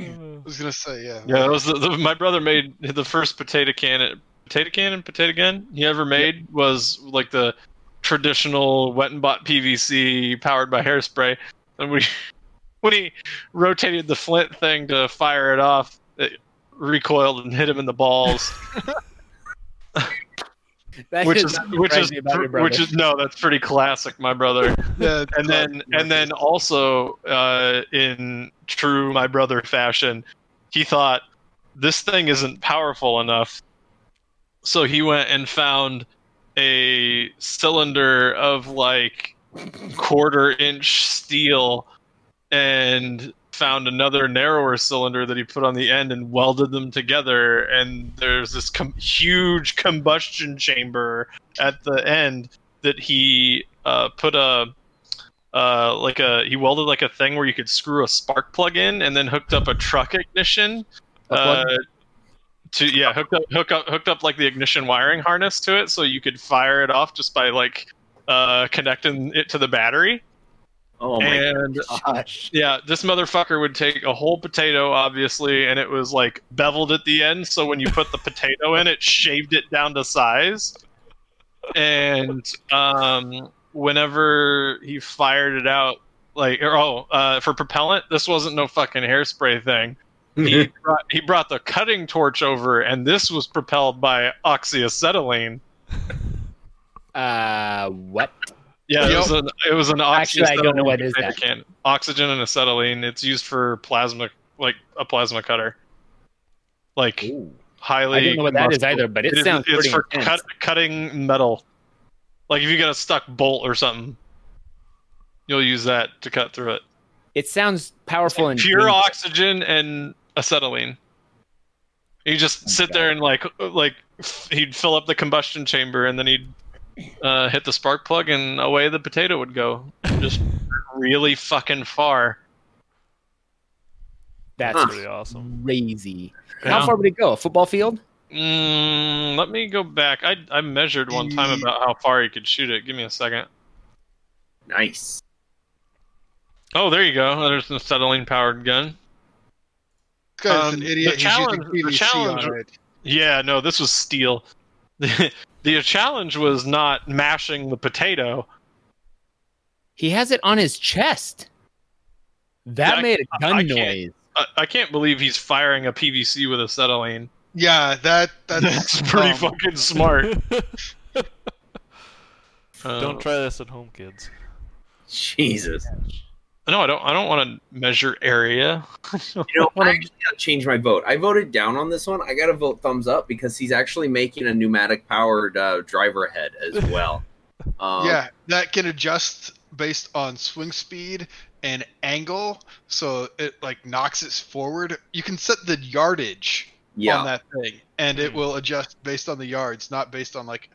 Speaker 5: I was gonna say, yeah.
Speaker 2: Yeah, that was the, the, my brother made the first potato cannon, potato cannon, potato gun he ever made was like the traditional wet and bought PVC powered by hairspray, and we when he rotated the flint thing to fire it off, it recoiled and hit him in the balls,
Speaker 1: That
Speaker 2: which
Speaker 1: should
Speaker 2: is
Speaker 1: not
Speaker 2: which
Speaker 1: surprise
Speaker 2: is
Speaker 1: me about your brother.
Speaker 2: which is no, that's pretty classic, my brother.
Speaker 5: Yeah, it's
Speaker 2: and then
Speaker 5: not
Speaker 2: and then also uh, in true my brother fashion he thought this thing isn't powerful enough so he went and found a cylinder of like quarter inch steel and found another narrower cylinder that he put on the end and welded them together and there's this com- huge combustion chamber at the end that he uh, put a uh, like a he welded like a thing where you could screw a spark plug in and then hooked up a truck ignition uh, to yeah hooked up hook up hooked up like the ignition wiring harness to it so you could fire it off just by like uh, connecting it to the battery
Speaker 6: Oh my
Speaker 2: and
Speaker 1: Gosh.
Speaker 2: yeah this motherfucker would take a whole potato obviously and it was like beveled at the end so when you put the potato in it shaved it down to size and um, whenever he fired it out, like or, oh, uh, for propellant, this wasn't no fucking hairspray thing. he, brought, he brought the cutting torch over, and this was propelled by oxyacetylene.
Speaker 1: Uh, what?
Speaker 2: Yeah, it was an it was an oxyacetylene.
Speaker 1: Actually, I don't know what is
Speaker 2: container
Speaker 1: that.
Speaker 2: can. Oxygen and acetylene. It's used for plasma, like a plasma cutter, like highly.
Speaker 1: I don't know what that is
Speaker 2: combustible.
Speaker 1: either, but it,
Speaker 2: It is-
Speaker 1: sounds
Speaker 2: it's
Speaker 1: pretty
Speaker 2: for
Speaker 1: intense.
Speaker 2: cut, cutting metal. Like if you got a stuck bolt or something, you'll use that to cut through it.
Speaker 1: It sounds powerful and
Speaker 2: Pure
Speaker 1: dangerous.
Speaker 2: oxygen and acetylene. You just sit there and like like f- he'd fill up the combustion chamber and then he'd uh, hit the spark plug and away the potato would go just really fucking far.
Speaker 1: That's
Speaker 6: Huh.
Speaker 3: Pretty awesome.
Speaker 1: crazy.
Speaker 2: Yeah.
Speaker 1: How far would it go? A football field?
Speaker 2: Mm, let me go back. I I measured one
Speaker 1: Mm.
Speaker 2: time about how far he could shoot it. Give me a second.
Speaker 6: Nice.
Speaker 2: Oh, there you go. There's an acetylene powered gun.
Speaker 5: This guy's
Speaker 2: Um,
Speaker 5: an
Speaker 2: the
Speaker 5: idiot. He's
Speaker 2: challenge-
Speaker 5: using
Speaker 2: the
Speaker 5: PVC
Speaker 2: challenge-
Speaker 5: on it.
Speaker 2: Yeah, no, this was steel. The, the challenge was not mashing the potato.
Speaker 1: He has it on his chest. That
Speaker 2: Yeah, I-
Speaker 1: made a gun
Speaker 2: I can't-
Speaker 1: noise.
Speaker 2: I, I can't believe he's firing a PVC with acetylene.
Speaker 5: Yeah, that that's um,
Speaker 2: That's pretty
Speaker 5: dumb.
Speaker 2: fucking smart. Uh,
Speaker 1: Mm.
Speaker 3: Don't try this at home, kids.
Speaker 6: Jesus.
Speaker 2: No, I don't. I don't want to measure area.
Speaker 6: You know, I actually gotta change my vote. I voted down on this one. I gotta vote thumbs up because he's actually making a pneumatic powered uh, driver head as well. Um,
Speaker 5: Yeah, that can adjust based on swing speed and angle, so it like knocks it forward. You can set the yardage
Speaker 6: yeah.
Speaker 5: on that thing, and
Speaker 2: Hmm.
Speaker 5: it will adjust based on the yards, not based on like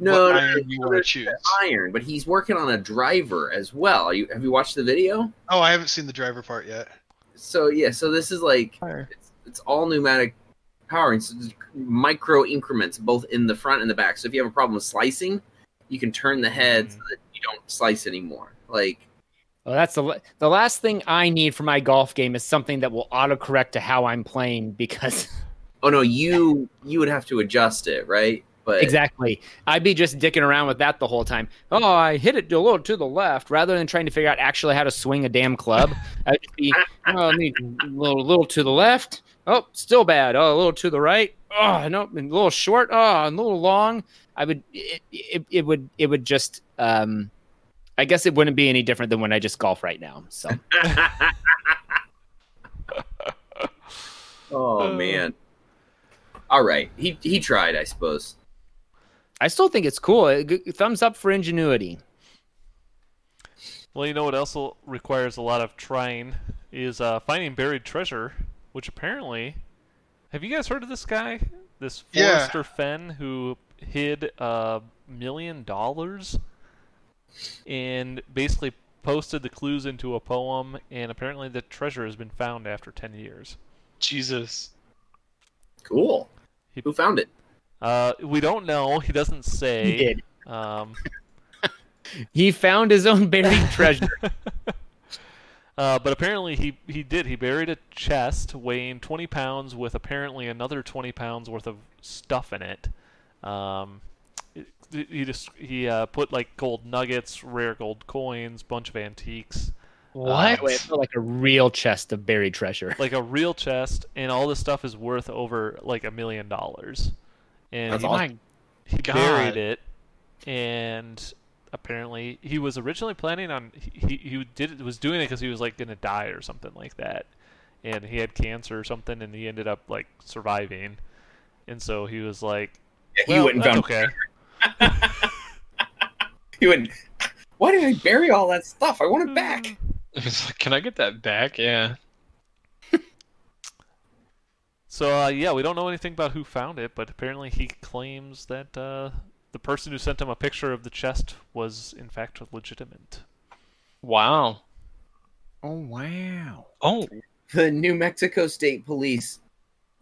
Speaker 6: no,
Speaker 5: what
Speaker 6: no,
Speaker 5: iron you
Speaker 6: no,
Speaker 5: want to
Speaker 6: there's
Speaker 5: choose.
Speaker 6: iron, but he's working on a driver as well. You, have you watched the video?
Speaker 5: Oh, I haven't seen the driver part yet.
Speaker 6: So yeah, so this is like it's, it's all pneumatic power, and so there's micro increments both in the front and the back. So if you have a problem with slicing, you can turn the head
Speaker 3: Mm-hmm.
Speaker 6: so that you don't slice anymore. Like
Speaker 1: Well, that's the la- the last thing I need for my golf game is something that will autocorrect to how I'm playing because
Speaker 6: oh no, you you would have to adjust it, right? But
Speaker 1: exactly I'd be just dicking around with that the whole time. Oh, I hit it a little to the left rather than trying to figure out actually how to swing a damn club. I'd just be oh, I need a little, little to the left. Oh, still bad. Oh, a little to the right. Oh, no, and a little short. Oh, and a little long. I would it, it, it would it would just um I guess it wouldn't be any different than when I just golf right now. So
Speaker 6: oh
Speaker 3: Uh.
Speaker 6: man. All right, he he tried, I suppose.
Speaker 1: I still think it's cool. Uh, g- Thumbs up for ingenuity.
Speaker 3: Well, you know what else will- requires a lot of trying is uh, finding buried treasure, which apparently, have you guys heard of this guy? This
Speaker 5: Yeah.
Speaker 3: Forrester Fenn who hid a million dollars and basically posted the clues into a poem, and apparently the treasure has been found after ten years.
Speaker 2: Jesus.
Speaker 6: Cool. Who found it?
Speaker 3: Uh, we don't know. He doesn't say.
Speaker 1: He did.
Speaker 3: Um,
Speaker 1: He found his own buried treasure.
Speaker 3: Uh, but apparently he, he did. He buried a chest weighing 20 pounds with apparently another 20 pounds worth of stuff in it. Um, it- he just he uh, put like gold nuggets, rare gold coins, bunch of antiques,
Speaker 1: That way it felt Oh, like a real chest of buried treasure.
Speaker 3: like a real chest, and all this stuff is worth over like a million dollars. And
Speaker 6: That's
Speaker 3: he
Speaker 6: awesome.
Speaker 3: he
Speaker 2: God.
Speaker 3: buried it and apparently he was originally planning on he, he he did was doing it because he was like gonna die or something like that and he had cancer or something and he ended up like surviving and so he was like
Speaker 6: Yeah, he
Speaker 3: well,
Speaker 6: went and
Speaker 3: that's
Speaker 6: found.
Speaker 3: okay
Speaker 6: He went. Why did I bury all that stuff? I want it
Speaker 3: Hmm.
Speaker 6: back.
Speaker 2: He's like, Can I get that back? Yeah.
Speaker 3: so uh, yeah we don't know anything about who found it but apparently he claims that uh, the person who sent him a picture of the chest was in fact legitimate
Speaker 2: Wow.
Speaker 1: Oh wow.
Speaker 2: Oh,
Speaker 6: The New Mexico State Police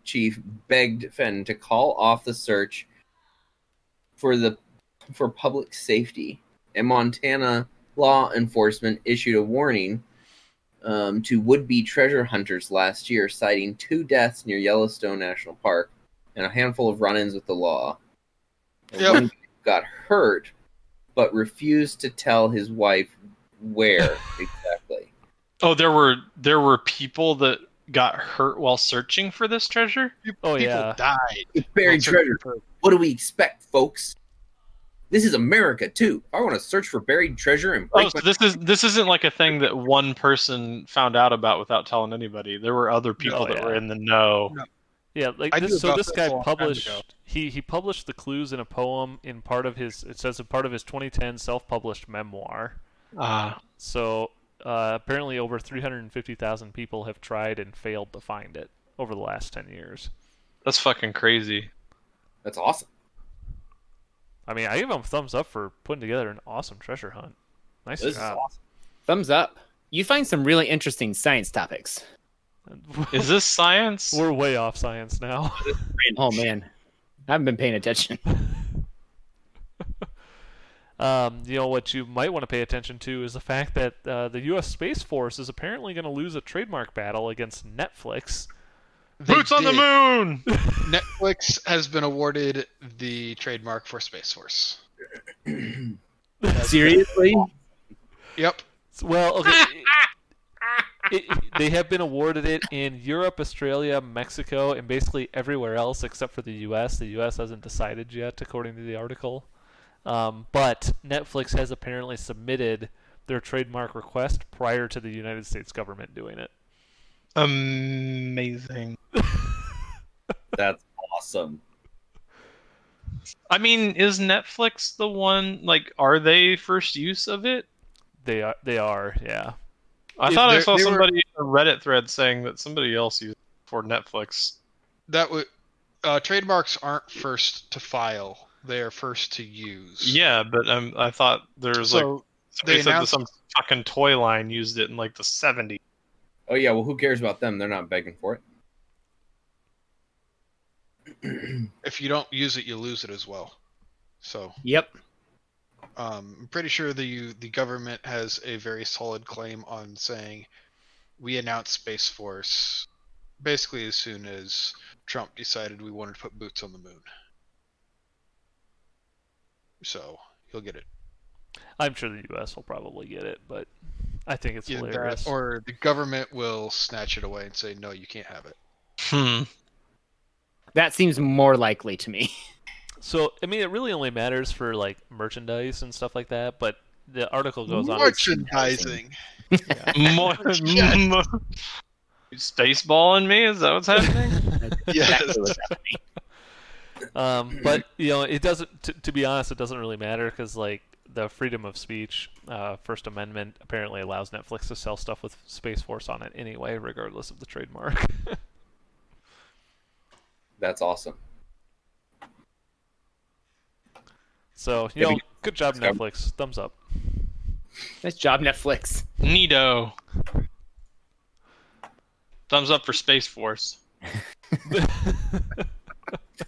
Speaker 6: chief begged Fenn to call off the search for the for public safety, and Montana law enforcement issued a warning um, to would-be treasure hunters last year, citing two deaths near Yellowstone National Park and a handful of run-ins with the law.
Speaker 5: Yep.
Speaker 6: One got hurt, but refused to tell his wife where exactly.
Speaker 2: oh, there were there were people that got hurt while searching for this treasure?
Speaker 3: Oh,
Speaker 5: People
Speaker 3: yeah.
Speaker 5: died.
Speaker 6: It's buried
Speaker 5: Also-
Speaker 6: treasure. What do we expect, folks? This is America too. I want to search for buried treasure and break
Speaker 2: Oh, so
Speaker 6: my-
Speaker 2: this is this isn't like a thing that one person found out about without telling anybody. There were other people
Speaker 3: Oh,
Speaker 2: that
Speaker 3: yeah.
Speaker 2: were in the know.
Speaker 3: Yeah, like
Speaker 5: I knew
Speaker 3: this, so
Speaker 5: about
Speaker 3: this
Speaker 5: this
Speaker 3: guy
Speaker 5: a long time
Speaker 3: published
Speaker 5: ago.
Speaker 3: he he published the clues in a poem in part of his it says in part of his 2010 self-published memoir.
Speaker 2: Ah,
Speaker 3: So uh, apparently over 350,000 people have tried and failed to find it over the last 10 years.
Speaker 2: that's fucking crazy.
Speaker 6: That's awesome.
Speaker 3: I mean, I give him a thumbs up for putting together an awesome treasure hunt. Nice
Speaker 6: This is
Speaker 3: job.
Speaker 6: awesome.
Speaker 1: Thumbs up. You find some really interesting science topics.
Speaker 2: Is this science?
Speaker 3: We're way off science now.
Speaker 1: Oh man, I haven't been paying attention.
Speaker 3: Um, you know what you might want to pay attention to is the fact that uh, the U.S. Space Force is apparently going to lose a trademark battle against Netflix.
Speaker 5: They
Speaker 2: Boots on the
Speaker 5: did.
Speaker 2: moon.
Speaker 5: Netflix has been awarded the trademark for Space Force.
Speaker 1: Seriously?
Speaker 5: Yep.
Speaker 3: Well, okay. it- it- they have been awarded it in Europe, Australia, Mexico, and basically everywhere else except for the U.S. The U.S. hasn't decided yet, according to the article. Um, but Netflix has apparently submitted their trademark request prior to the United States government doing it.
Speaker 2: Amazing.
Speaker 6: That's awesome.
Speaker 2: I mean, is Netflix the one? Like, are they first use of it?
Speaker 3: They are, they are, yeah.
Speaker 2: I
Speaker 5: If
Speaker 2: thought I
Speaker 5: they're-
Speaker 2: saw
Speaker 5: they were-
Speaker 2: somebody in a Reddit thread saying that somebody else used it for Netflix.
Speaker 5: That would uh, trademarks aren't first to file; they are first to use.
Speaker 2: Yeah, but um, I thought there was like
Speaker 5: So
Speaker 2: somebody
Speaker 5: they
Speaker 2: said that
Speaker 5: announced-
Speaker 2: some fucking toy line used it in like the 70s.
Speaker 6: Oh yeah, well who cares about them? They're not begging for it.
Speaker 5: if you don't use it, you lose it as well. So
Speaker 1: Yep.
Speaker 5: um, I'm pretty sure the the government has a very solid claim on saying we announced Space Force basically as soon as Trump decided we wanted to put boots on the moon. So he'll get it.
Speaker 3: I'm sure the U.S. will probably get it, but I think it's
Speaker 5: Either
Speaker 3: hilarious.
Speaker 5: that or the government will snatch it away and say, no, you can't have it.
Speaker 2: Hmm.
Speaker 1: That seems more likely to me.
Speaker 3: So I mean, it really only matters for like merchandise and stuff like that. But the article goes on.
Speaker 5: Merchandising.
Speaker 2: Mo- mo- Spaceball in me? Is that what's happening?
Speaker 5: Yes.
Speaker 1: Exactly what's
Speaker 3: um, but you know, it doesn't. T- to be honest, it doesn't really matter because like the freedom of speech, uh, First Amendment apparently allows Netflix to sell stuff with Space Force on it anyway, regardless of the trademark.
Speaker 6: That's awesome.
Speaker 3: so you
Speaker 6: Yeah,
Speaker 3: know,
Speaker 6: we-
Speaker 3: good job
Speaker 6: Scott.
Speaker 3: Netflix. Thumbs up.
Speaker 1: nice job, Netflix.
Speaker 2: Neato. Thumbs up for Space Force.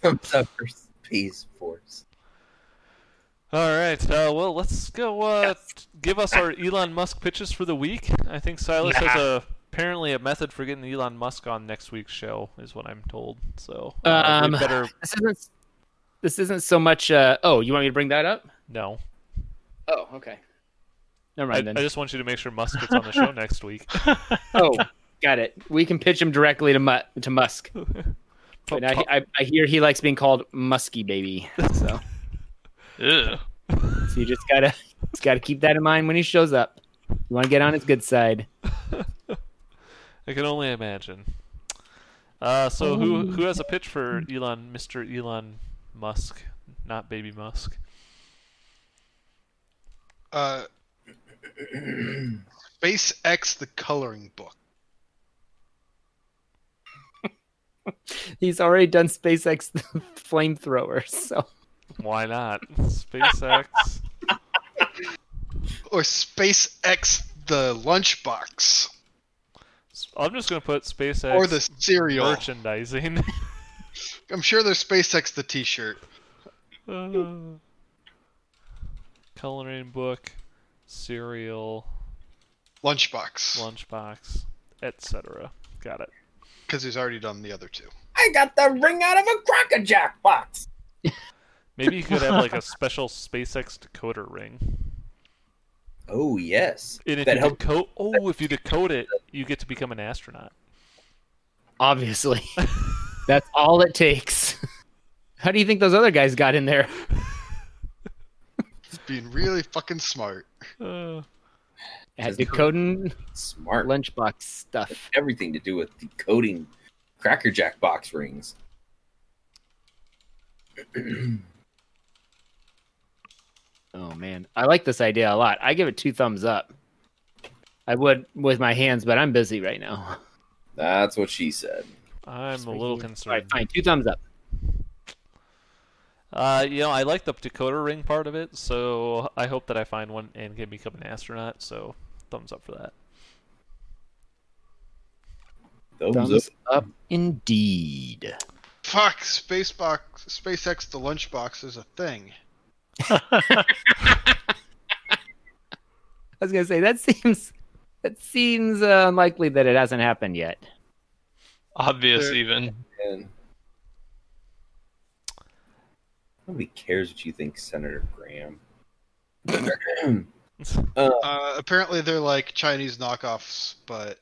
Speaker 6: Thumbs up for Space Force.
Speaker 3: All right. Uh, well, let's go. Uh, t- Give us our Elon Musk pitches for the week. I think Silas has a apparently a method for getting Elon Musk on next week's show, is what I'm told. So uh,
Speaker 1: Um,
Speaker 3: we better
Speaker 1: This isn't. This isn't so much. Uh, oh, you want me to bring that up?
Speaker 3: no.
Speaker 1: Oh, okay. Never
Speaker 3: I, I
Speaker 1: mind then.
Speaker 3: just want you to make sure Musk gets on the show next week.
Speaker 1: oh, got it. We can pitch him directly to Mu- to Musk. But I, I, I hear he likes being called Musky Baby. So,
Speaker 2: Ew.
Speaker 1: so you just gotta just gotta keep that in mind when he shows up. You want to get on his good side.
Speaker 3: I can only imagine. Uh, so who who has a pitch for Elon, Mr. Elon Musk, not Baby Musk?
Speaker 5: Uh, SpaceX, the coloring book.
Speaker 1: He's already done SpaceX flamethrowers. So
Speaker 3: Why not SpaceX?
Speaker 5: Or SpaceX, the lunchbox.
Speaker 3: I'm just gonna put SpaceX
Speaker 5: Or the cereal.
Speaker 3: merchandising.
Speaker 5: I'm sure there's SpaceX, the t shirt.
Speaker 3: Uh, coloring book, cereal,
Speaker 5: Lunchbox.
Speaker 3: lunchbox, etc. Got it.
Speaker 5: Because he's already done the other two.
Speaker 6: I got the ring out of a Cracker Jack box.
Speaker 3: Maybe you could have like a special SpaceX decoder ring.
Speaker 6: Oh yes.
Speaker 3: And if
Speaker 6: That
Speaker 3: you
Speaker 6: help-
Speaker 3: decode, oh, if you decode it, you get to become an astronaut.
Speaker 1: Obviously, that's all it takes. How do you think those other guys got in there?
Speaker 5: Being really fucking smart.
Speaker 3: Uh,
Speaker 1: At decoding
Speaker 6: Smart.
Speaker 1: lunchbox stuff.
Speaker 6: Everything to do with decoding Cracker Jack box rings.
Speaker 1: Oh man, I like this idea a lot. I give it two thumbs up. I would with my hands, but I'm busy right now.
Speaker 6: That's what she said.
Speaker 3: I'm a little
Speaker 1: All right,
Speaker 3: concerned.
Speaker 1: fine, two thumbs up.
Speaker 3: Uh, you know, I like the Dakota ring part of it, so I hope that I find one and can become an astronaut. So, thumbs up for that.
Speaker 6: Thumbs up.
Speaker 1: Thumbs up, indeed.
Speaker 5: Fuck, Spacebox, SpaceX the lunchbox is a thing.
Speaker 1: I was gonna say that seems that seems uh, unlikely that it hasn't happened yet.
Speaker 2: Obvious,
Speaker 5: Sure.
Speaker 2: even.
Speaker 6: And nobody cares what you think, Senator Graham.
Speaker 5: Uh, apparently, they're like Chinese knockoffs, but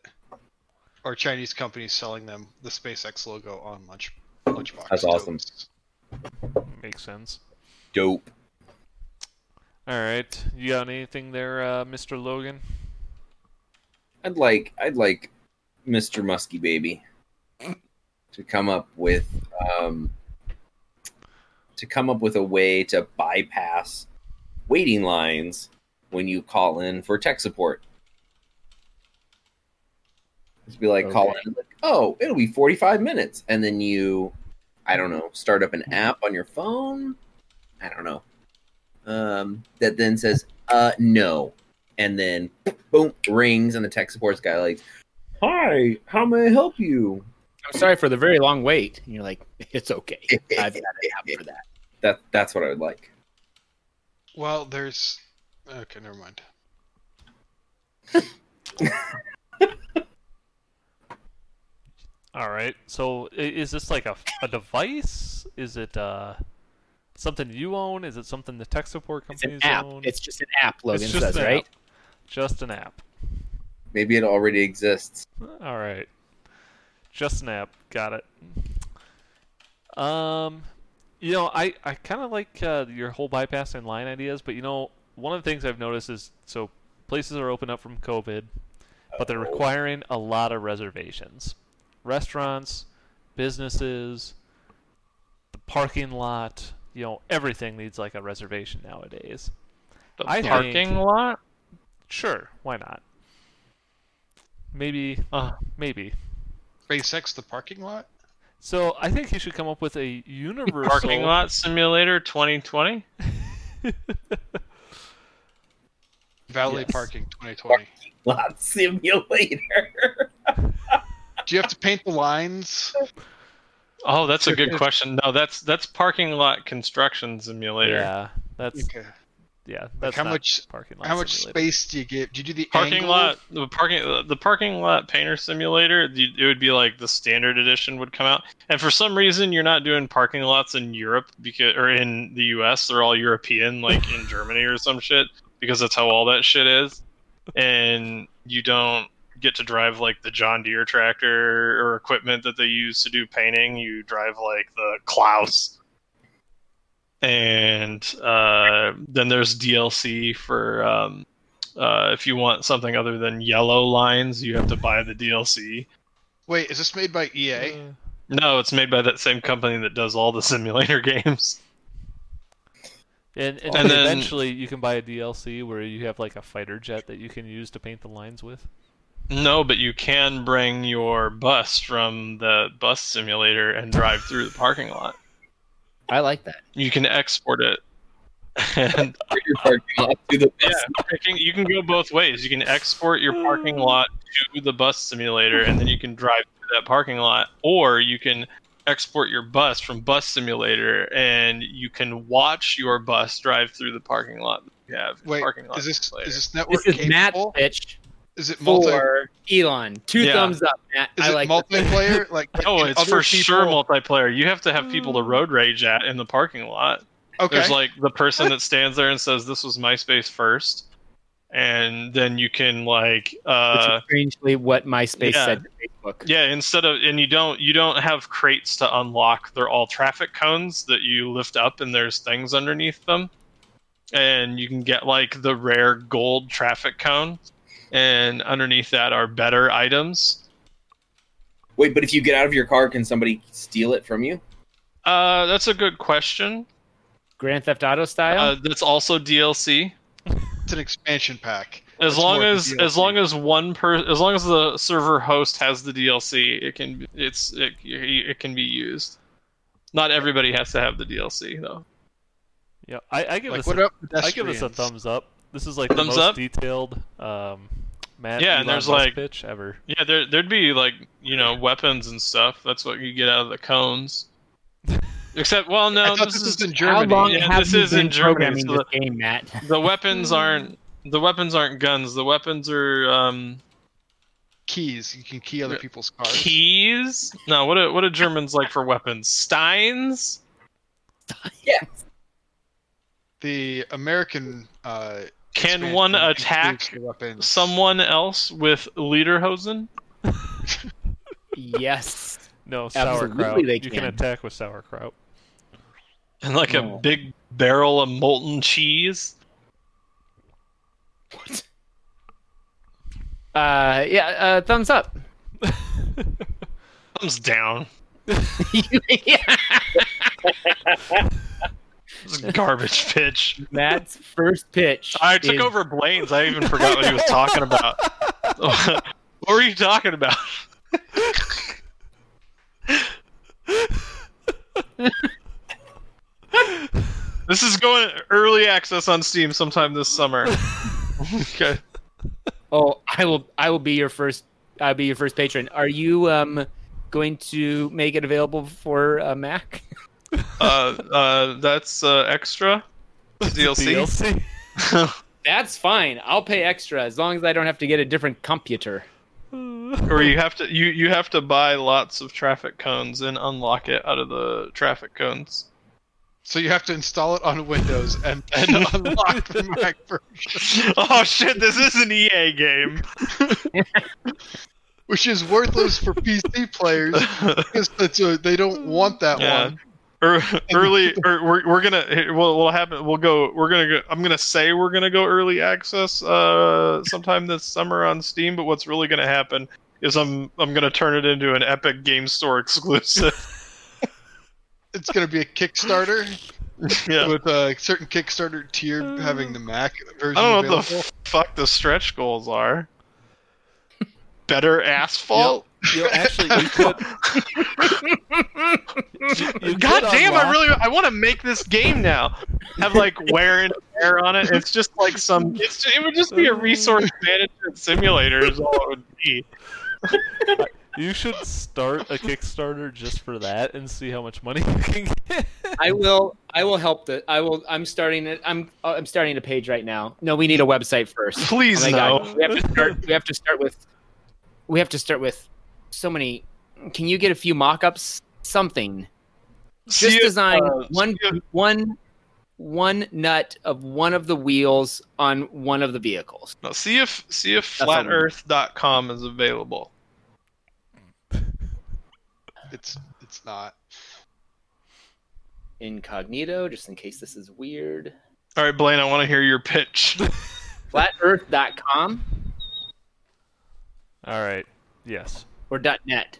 Speaker 5: or Chinese companies selling them the SpaceX logo on lunch lunchbox.
Speaker 6: That's awesome.
Speaker 5: totes.
Speaker 3: Makes sense.
Speaker 6: Dope.
Speaker 3: All right, you got anything there, uh, Mr. Logan?
Speaker 6: I'd like I'd like Mr. Muskie Baby to come up with um to come up with a way to bypass waiting lines when you call in for tech support. Just be like call in like, oh, it'll be forty five minutes and then you I don't know, start up an app on your phone. I don't know. Um that then says, uh no. And then boom rings and the tech supports guy like hi how may i help you
Speaker 1: I'm sorry for the very long wait. And you're like, it's okay. I've got an app for that.
Speaker 6: that that's what i would like
Speaker 5: Well, there's okay. Never mind.
Speaker 3: All right. So, i- is this like a, a device? Is it uh, something you own? Is it something the tech support
Speaker 1: It's an
Speaker 3: companies
Speaker 1: app.
Speaker 3: own?
Speaker 1: It's just an app. Logan
Speaker 3: just
Speaker 1: says,
Speaker 3: an
Speaker 1: right?
Speaker 3: app. Just an app.
Speaker 6: maybe it already exists
Speaker 3: All right. Just snap. Got it. Um, you know, I, I kind of like uh, your whole bypassing line ideas, but you know, one of the things I've noticed is so places are open up from COVID, but they're requiring a lot of reservations. Restaurants, businesses, the parking lot, you know, everything needs like a reservation nowadays.
Speaker 2: The
Speaker 3: I think-
Speaker 2: parking lot?
Speaker 3: Sure, why not? Maybe,
Speaker 2: Uh,
Speaker 3: maybe.
Speaker 5: SpaceX the parking lot.
Speaker 3: So I think you should come up with a universal
Speaker 2: parking lot simulator 2020?
Speaker 5: Valet
Speaker 3: Yes.
Speaker 5: parking 2020.
Speaker 6: lot simulator
Speaker 5: Do you have to paint the lines?
Speaker 2: Oh, that's a good question. No, that's that's parking lot construction simulator.
Speaker 3: Yeah, that's
Speaker 5: Okay.
Speaker 3: yeah. That's
Speaker 5: how
Speaker 3: not
Speaker 5: much-
Speaker 3: parking lot?
Speaker 5: How much
Speaker 3: simulator.
Speaker 5: space do you get? Do you do the
Speaker 2: Parking
Speaker 5: angle?
Speaker 2: lot, the parking, the parking lot painter simulator. you- It would be like the standard edition would come out, and for some reason you're not doing parking lots in Europe because, or in the U.S. They're all European, like in Germany or some shit, because that's how all that shit is. And you don't get to drive like the John Deere tractor or equipment that they use to do painting. You drive like the Klaus. And uh, then there's DLC for um, uh, if you want something other than yellow lines, you have to buy the DLC.
Speaker 5: Wait, is this made by E EA?
Speaker 2: Mm,
Speaker 3: Uh,
Speaker 2: No, it's made by that same company that does all the simulator games.
Speaker 3: And, and,
Speaker 2: And then-
Speaker 3: eventually you can buy a DLC where you have like a fighter jet that you can use to paint the lines with.
Speaker 2: No, but you can bring your bus from the bus simulator and drive through the parking lot.
Speaker 1: I like that.
Speaker 2: You can export it. And
Speaker 6: For your parking lot to the
Speaker 2: yeah, picking- you can go both ways. You can export your parking lot to the bus simulator, and then you can drive through that parking lot, or you can export your bus from bus simulator, and you can watch your bus drive through the parking lot. Yeah,
Speaker 5: Wait,
Speaker 2: parking lot
Speaker 5: is this
Speaker 2: simulator.
Speaker 5: is this network
Speaker 1: This is Matt's
Speaker 5: capable?
Speaker 1: pitch
Speaker 5: Is it multi?
Speaker 1: for Elon. Two
Speaker 2: Yeah.
Speaker 1: thumbs up, Matt.
Speaker 5: Is
Speaker 1: I
Speaker 5: it
Speaker 1: like that.
Speaker 5: multiplayer? like
Speaker 2: Oh,
Speaker 5: can
Speaker 2: it's
Speaker 5: other
Speaker 2: for sure
Speaker 5: people- Hmm.
Speaker 2: multiplayer. You have to have people to road rage at in the parking lot.
Speaker 5: Okay.
Speaker 2: There's like the person that stands there and says, "This was MySpace first. and then you can like uh,
Speaker 1: Which is strangely what MySpace
Speaker 2: yeah.
Speaker 1: said to Facebook.
Speaker 2: yeah instead of and you don't you don't have crates to unlock they're all traffic cones that you lift up and there's things underneath them and you can get like the rare gold traffic cone and underneath that are better items
Speaker 6: Wait, but if you get out of your car, can somebody steal it from you?
Speaker 2: uh, that's a good question
Speaker 1: Grand Theft Auto style.
Speaker 2: uh, that's also dlc
Speaker 5: It's an expansion pack.
Speaker 2: as
Speaker 5: That's
Speaker 2: long
Speaker 5: more of a
Speaker 2: as
Speaker 5: DLC.
Speaker 2: as long as one per as long as the server host has the DLC, it can be- it's it, it can be used. Not everybody has to have the DLC though.
Speaker 3: Yeah, I, I give
Speaker 5: Like
Speaker 3: us
Speaker 5: what
Speaker 3: a,
Speaker 5: about
Speaker 3: I give us a
Speaker 5: pedestrians?
Speaker 3: thumbs up. This is like the
Speaker 2: Thumbs
Speaker 3: most
Speaker 2: up?
Speaker 3: detailed um, Matt
Speaker 2: Yeah, and
Speaker 3: Elon
Speaker 2: there's,
Speaker 3: Musk
Speaker 2: like-
Speaker 3: pitch ever.
Speaker 2: Yeah, there there'd be like you know weapons and stuff. That's what you get out of the cones. Except, well,
Speaker 5: I
Speaker 2: no,
Speaker 5: thought
Speaker 2: this, is
Speaker 5: this was in
Speaker 1: How
Speaker 5: Germany.
Speaker 1: long
Speaker 2: yeah,
Speaker 1: have
Speaker 2: this
Speaker 1: you
Speaker 2: is
Speaker 1: been
Speaker 2: in Germany,
Speaker 1: programming
Speaker 2: so
Speaker 1: this game, Matt?
Speaker 2: the weapons
Speaker 5: Hmm.
Speaker 2: aren't the weapons aren't guns. The weapons are um,
Speaker 5: keys. You can key other people's cars.
Speaker 2: keys. No, what do, what do Germans like for weapons? Steins.
Speaker 5: The American uh,
Speaker 2: Can
Speaker 5: expansion
Speaker 2: one
Speaker 5: includes
Speaker 2: attack
Speaker 5: the weapons.
Speaker 2: someone else with Lederhosen?
Speaker 1: yes.
Speaker 3: No
Speaker 1: Absolutely
Speaker 3: sauerkraut.
Speaker 1: they
Speaker 3: you can
Speaker 1: can.
Speaker 3: attack with sauerkraut.
Speaker 2: And like
Speaker 1: No.
Speaker 2: a big barrel of molten cheese?
Speaker 1: Uh, yeah. Uh, thumbs up.
Speaker 2: Thumbs down.
Speaker 1: yeah.
Speaker 2: It's a garbage pitch.
Speaker 1: Matt's first pitch.
Speaker 2: I took
Speaker 1: is-
Speaker 2: over Blaine's. I even forgot what he was talking about. what were you talking about? this is going early access on Steam sometime this summer. okay.
Speaker 1: Oh, I will. I will be your first. I'll be your first patron. Are you um going to make it available for uh, Mac?
Speaker 2: Uh, uh, that's uh, extra DLC.
Speaker 3: DLC.
Speaker 1: That's fine. I'll pay extra as long as I don't have to get a different computer.
Speaker 2: or you have to you you have to buy lots of traffic cones and unlock it out of the traffic cones.
Speaker 5: So you have to install it on Windows and then unlock the Mac version,
Speaker 2: oh shit! This is an EA game.
Speaker 5: which is worthless for PC players because that's a, they don't want that
Speaker 2: Yeah.
Speaker 5: one.
Speaker 2: Ear- early or we're, we're gonna it- we'll, we'll happen we'll go we're gonna go i'm gonna say we're gonna go early access uh sometime this summer on steam but what's really gonna happen is i'm i'm gonna turn it into an epic game store exclusive
Speaker 5: It's going to be a Kickstarter
Speaker 2: yeah
Speaker 5: with a certain Kickstarter tier having the Mac version.
Speaker 2: i don't know what the
Speaker 5: available.
Speaker 2: f- fuck the stretch goals are better asphalt
Speaker 3: You know, actually, you could. you
Speaker 2: god
Speaker 3: could
Speaker 2: damn i
Speaker 3: unlock-
Speaker 2: really i want to make this game now have like wear and tear on it it's just like some it's, it would just be a resource management simulator is all it would be
Speaker 3: You should start a Kickstarter just for that and see how much money you can get.
Speaker 1: I will. I will help. The. I will. I'm starting it. I'm. I'm starting a page right now. No, we need a website first. Oh
Speaker 2: Please
Speaker 1: my
Speaker 2: no.
Speaker 1: God. We have to start. We have to start with. We have to start with so many. Can you get a few mock-ups? Something. Just
Speaker 2: See it-
Speaker 1: design
Speaker 2: uh,
Speaker 1: one,
Speaker 2: see
Speaker 1: one, one nut of one of the wheels on one of the vehicles.
Speaker 2: no, see if see if
Speaker 1: That's all.
Speaker 2: flatearth.com is available.
Speaker 5: It's it's not.
Speaker 1: Incognito, just in case this is weird.
Speaker 2: All right, Blaine, I want to hear your pitch.
Speaker 1: Flatearth.com
Speaker 3: All right. Yes.
Speaker 1: or .net.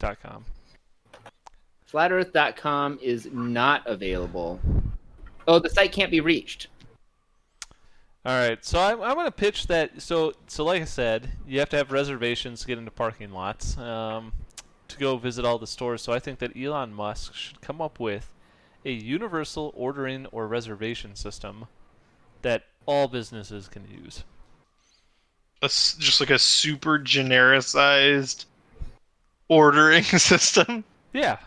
Speaker 3: Dot com.
Speaker 1: Flatearth.com is not available. Oh, the site can't be reached.
Speaker 3: All right, so I'm, I'm gonna pitch that. So so like I said, you have to have reservations to get into parking lots um, to go visit all the stores. So I think that Elon Musk should come up with a universal ordering or reservation system that all businesses can use.
Speaker 2: That's just like a super genericized ordering system.
Speaker 3: Yeah,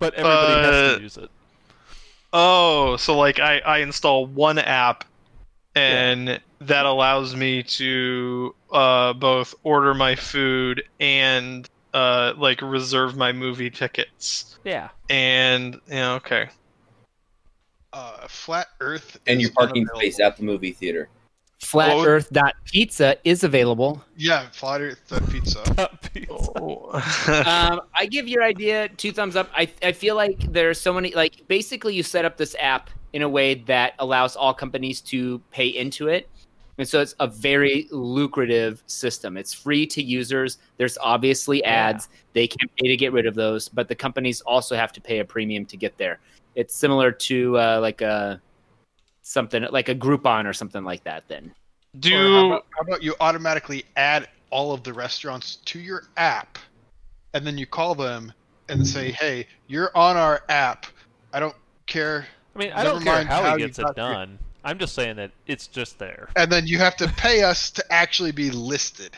Speaker 3: but everybody has
Speaker 2: But-
Speaker 3: to use it.
Speaker 2: Oh, so like I I install one app and that allows me to uh both order my food and uh like reserve my movie tickets.
Speaker 3: Yeah,
Speaker 2: And yeah, okay.
Speaker 5: uh, flat Earth
Speaker 6: and
Speaker 5: is
Speaker 6: your parking
Speaker 5: unavailable.
Speaker 6: space at the movie theater.
Speaker 1: Flat
Speaker 2: Well-
Speaker 1: Earth dot pizza is available.
Speaker 5: Yeah, flat Earth uh, pizza.
Speaker 2: Oh.
Speaker 1: um, I give your idea two thumbs up. I, I feel like there are so many, like, basically, you set up this app in a way that allows all companies to pay into it. And so it's a very lucrative system. It's free to users. There's obviously ads. They can pay to get rid of those, but the companies also have to pay a premium to get there. It's similar to uh, like a something like a Groupon or something like that. Then
Speaker 5: Or how,
Speaker 2: Do
Speaker 5: about, how about you automatically add all of the restaurants to your app, and then you call them and say, "Hey, you're on our app. I don't care."
Speaker 3: I mean, I
Speaker 5: Never
Speaker 3: don't care
Speaker 5: mind
Speaker 3: how,
Speaker 5: how
Speaker 3: he
Speaker 5: you
Speaker 3: gets it
Speaker 5: got your-
Speaker 3: done. I'm just saying that it's just there.
Speaker 5: And then you have to pay us to actually be listed.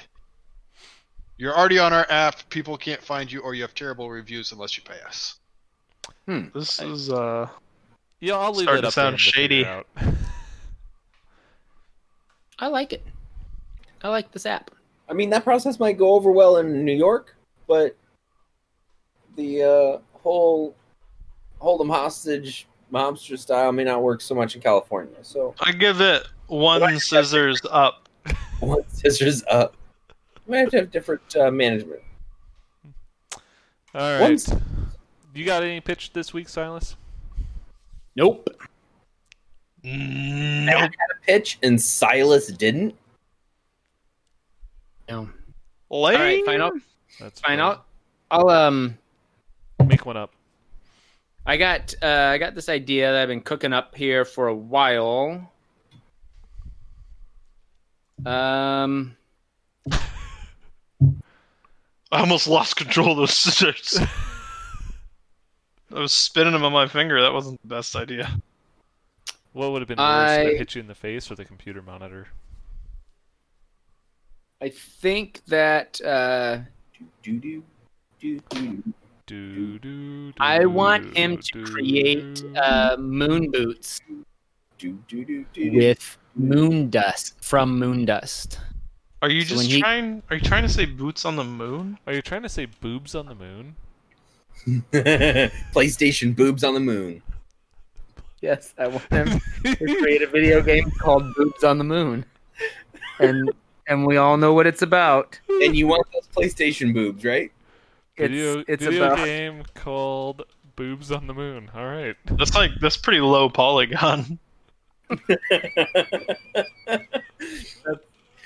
Speaker 5: You're already on our app. People can't find you, or you have terrible reviews unless you pay us.
Speaker 2: this is uh
Speaker 3: Yeah, I'll leave
Speaker 2: Starting
Speaker 3: that
Speaker 2: to
Speaker 3: up
Speaker 2: sound
Speaker 3: to him figure
Speaker 2: shady.
Speaker 3: out.
Speaker 1: I like it. I like this app.
Speaker 6: I mean, that process might go over well in New York, but the uh, whole hold them hostage mobster style may not work so much in California. So
Speaker 2: I give it one scissors up.
Speaker 6: one scissors up. We have to have different uh, management.
Speaker 3: All right.
Speaker 6: Once-
Speaker 3: You got any pitch this week, Silas?
Speaker 1: Nope.
Speaker 2: Nope.
Speaker 6: Pitch and Silas didn't.
Speaker 1: No.
Speaker 2: Lame.
Speaker 1: All right, fine. I'll,
Speaker 3: That's
Speaker 1: fine.
Speaker 3: fine.
Speaker 1: I'll, I'll um.
Speaker 3: make one up.
Speaker 1: I got uh, I got this idea that I've been cooking up here for a while. Um,
Speaker 2: I almost lost control of those scissors. I was spinning them on my finger. That wasn't the best idea.
Speaker 3: What would have been worse?
Speaker 1: I-
Speaker 3: That hit you in the face or the computer monitor?
Speaker 1: I think that uh,
Speaker 6: Do do do do.
Speaker 3: Do, do, do,
Speaker 1: I want
Speaker 3: do,
Speaker 1: him to
Speaker 3: do,
Speaker 1: create
Speaker 3: do.
Speaker 1: uh, moon boots
Speaker 6: Do, do, do, do, do.
Speaker 1: with moon dust from moon dust.
Speaker 2: Are you
Speaker 1: So
Speaker 2: just
Speaker 1: when he-
Speaker 2: trying? Are you trying to say boots on the moon?
Speaker 3: Are you trying to say boobs on the moon?
Speaker 6: PlayStation boobs on the moon.
Speaker 1: Yes, I want him to create a video game called Boobs on the Moon, and and we all know what it's about.
Speaker 6: And you want those PlayStation boobs, right?
Speaker 1: It's
Speaker 3: video
Speaker 1: it's
Speaker 3: video
Speaker 1: about
Speaker 3: game called Boobs on the Moon. All right.
Speaker 2: That's like that's pretty low polygon.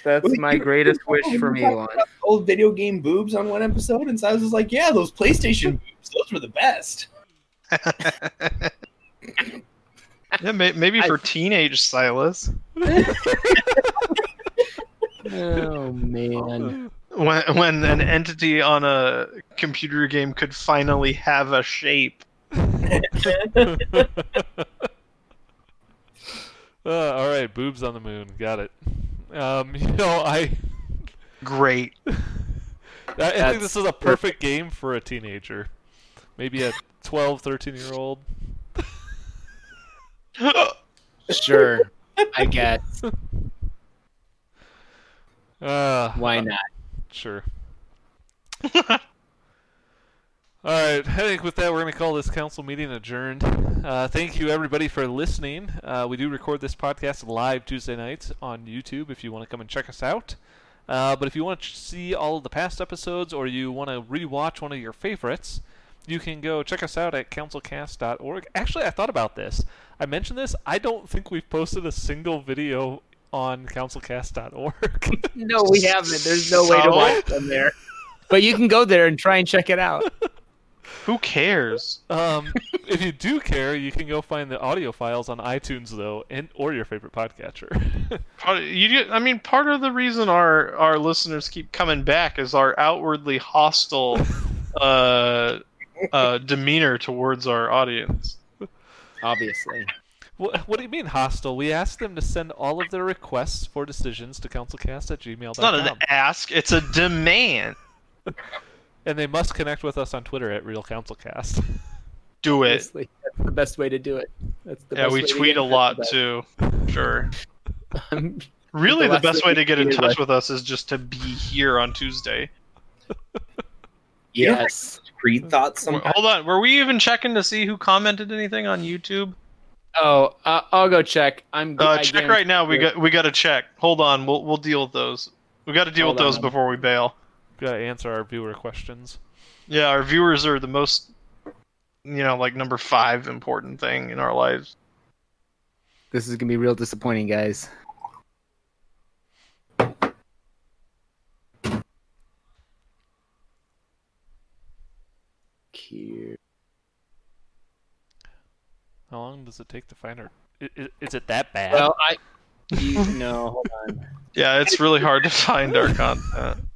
Speaker 1: that's my greatest wish from Elon.
Speaker 6: Old video game boobs on one episode, and Silas was like, "Yeah, those PlayStation boobs, those were the best."
Speaker 2: Yeah, may, maybe
Speaker 1: I-
Speaker 2: for teenage Silas.
Speaker 1: Oh man.
Speaker 2: When when an entity on a computer game could finally have a shape.
Speaker 3: Uh, all right, boobs on the moon. Got it. Um, you know, I
Speaker 2: Great.
Speaker 3: I, I think
Speaker 1: That's
Speaker 3: this is a perfect game for a teenager. Maybe a 12, 13 year old.
Speaker 1: Sure. I guess.
Speaker 3: Uh,
Speaker 1: Why not?
Speaker 3: Sure. All right. I think with that, we're going to call this council meeting adjourned. Uh, thank you, everybody, for listening. Uh, we do record this podcast live Tuesday nights on YouTube if you want to come and check us out. Uh, but if you want to see all of the past episodes or you want to rewatch one of your favorites, you can go check us out at councilcast.org. Actually, I thought about this. I mentioned this. I don't think we've posted a single video on councilcast.org.
Speaker 1: No, we haven't. There's no way to watch them there. But you can go there and try and check it out.
Speaker 2: Who cares?
Speaker 3: Um, if you do care, you can go find the audio files on iTunes though, and or your favorite podcatcher.
Speaker 2: Part- You get, I mean, part of the reason our our listeners keep coming back is our outwardly hostile uh, uh, demeanor towards our audience.
Speaker 1: Obviously.
Speaker 3: what, what do you mean hostile? We asked them to send all of their requests for decisions to councilcast at
Speaker 2: It's not an
Speaker 3: gmail.com,
Speaker 2: ask; it's a demand.
Speaker 3: and they must connect with us on Twitter at Real Councilcast.
Speaker 2: Do it.
Speaker 1: Obviously. That's the best way to do it. That's the
Speaker 2: Yeah,
Speaker 1: best
Speaker 2: we
Speaker 1: way to
Speaker 2: tweet
Speaker 1: get
Speaker 2: a
Speaker 1: in
Speaker 2: lot
Speaker 1: touch
Speaker 2: too. Sure.
Speaker 1: with us. Um, The
Speaker 2: Really, the
Speaker 1: last
Speaker 2: best
Speaker 1: thing
Speaker 2: way to get in
Speaker 1: we
Speaker 2: touch
Speaker 1: tweeted
Speaker 2: with us is just to be here on Tuesday.
Speaker 1: yes.
Speaker 6: Creed thoughts.
Speaker 2: Wait, Hold on, were we even checking to see who commented anything on YouTube?
Speaker 1: Oh, uh, I'll go check. I'm.
Speaker 2: Uh,
Speaker 1: I
Speaker 2: check
Speaker 1: guarantee-
Speaker 2: right now. We
Speaker 1: Yeah.
Speaker 2: got we got to check. Hold on. We'll we'll deal with those. We got to deal
Speaker 1: Hold
Speaker 2: with those
Speaker 1: on.
Speaker 2: before we bail.
Speaker 3: Gotta answer our viewer questions.
Speaker 2: Yeah, our viewers are the most, you know, like number five important thing in our lives.
Speaker 1: This is gonna be real disappointing, guys. Here.
Speaker 3: How long does it take to find her? i- i- Is it that bad?
Speaker 1: Well, I. You, no, hold on.
Speaker 2: Yeah, it's really hard to find our content.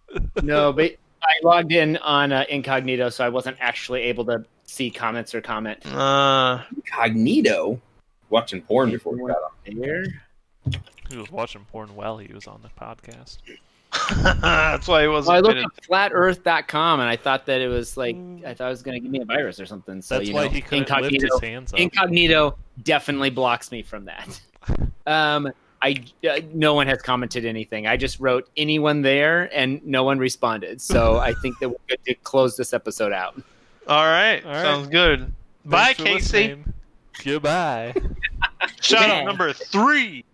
Speaker 1: No, but I logged in on uh, incognito, so I wasn't actually able to see comments or comment.
Speaker 2: Uh,
Speaker 6: Cognito watching porn before we got on.
Speaker 1: There.
Speaker 3: he was watching porn while he was on the podcast.
Speaker 2: that's why it
Speaker 1: Well, I
Speaker 2: wasn't.
Speaker 1: looked
Speaker 2: fitted.
Speaker 1: at flatearth.com and I thought that it was like I thought it was going to give me a virus or something. So
Speaker 3: That's
Speaker 1: you
Speaker 3: why
Speaker 1: know,
Speaker 3: he couldn't lift
Speaker 1: incognito,
Speaker 3: his hands up.
Speaker 1: incognito definitely blocks me from that. Um, I uh, no one has commented anything. I just wrote anyone there and no one responded. So I think that we're good to close this episode out.
Speaker 2: All right,
Speaker 3: All right.
Speaker 2: sounds good. Bye,
Speaker 3: Thanks for
Speaker 2: Casey.
Speaker 3: listening. Goodbye.
Speaker 2: Shout
Speaker 1: Yeah.
Speaker 2: out number three.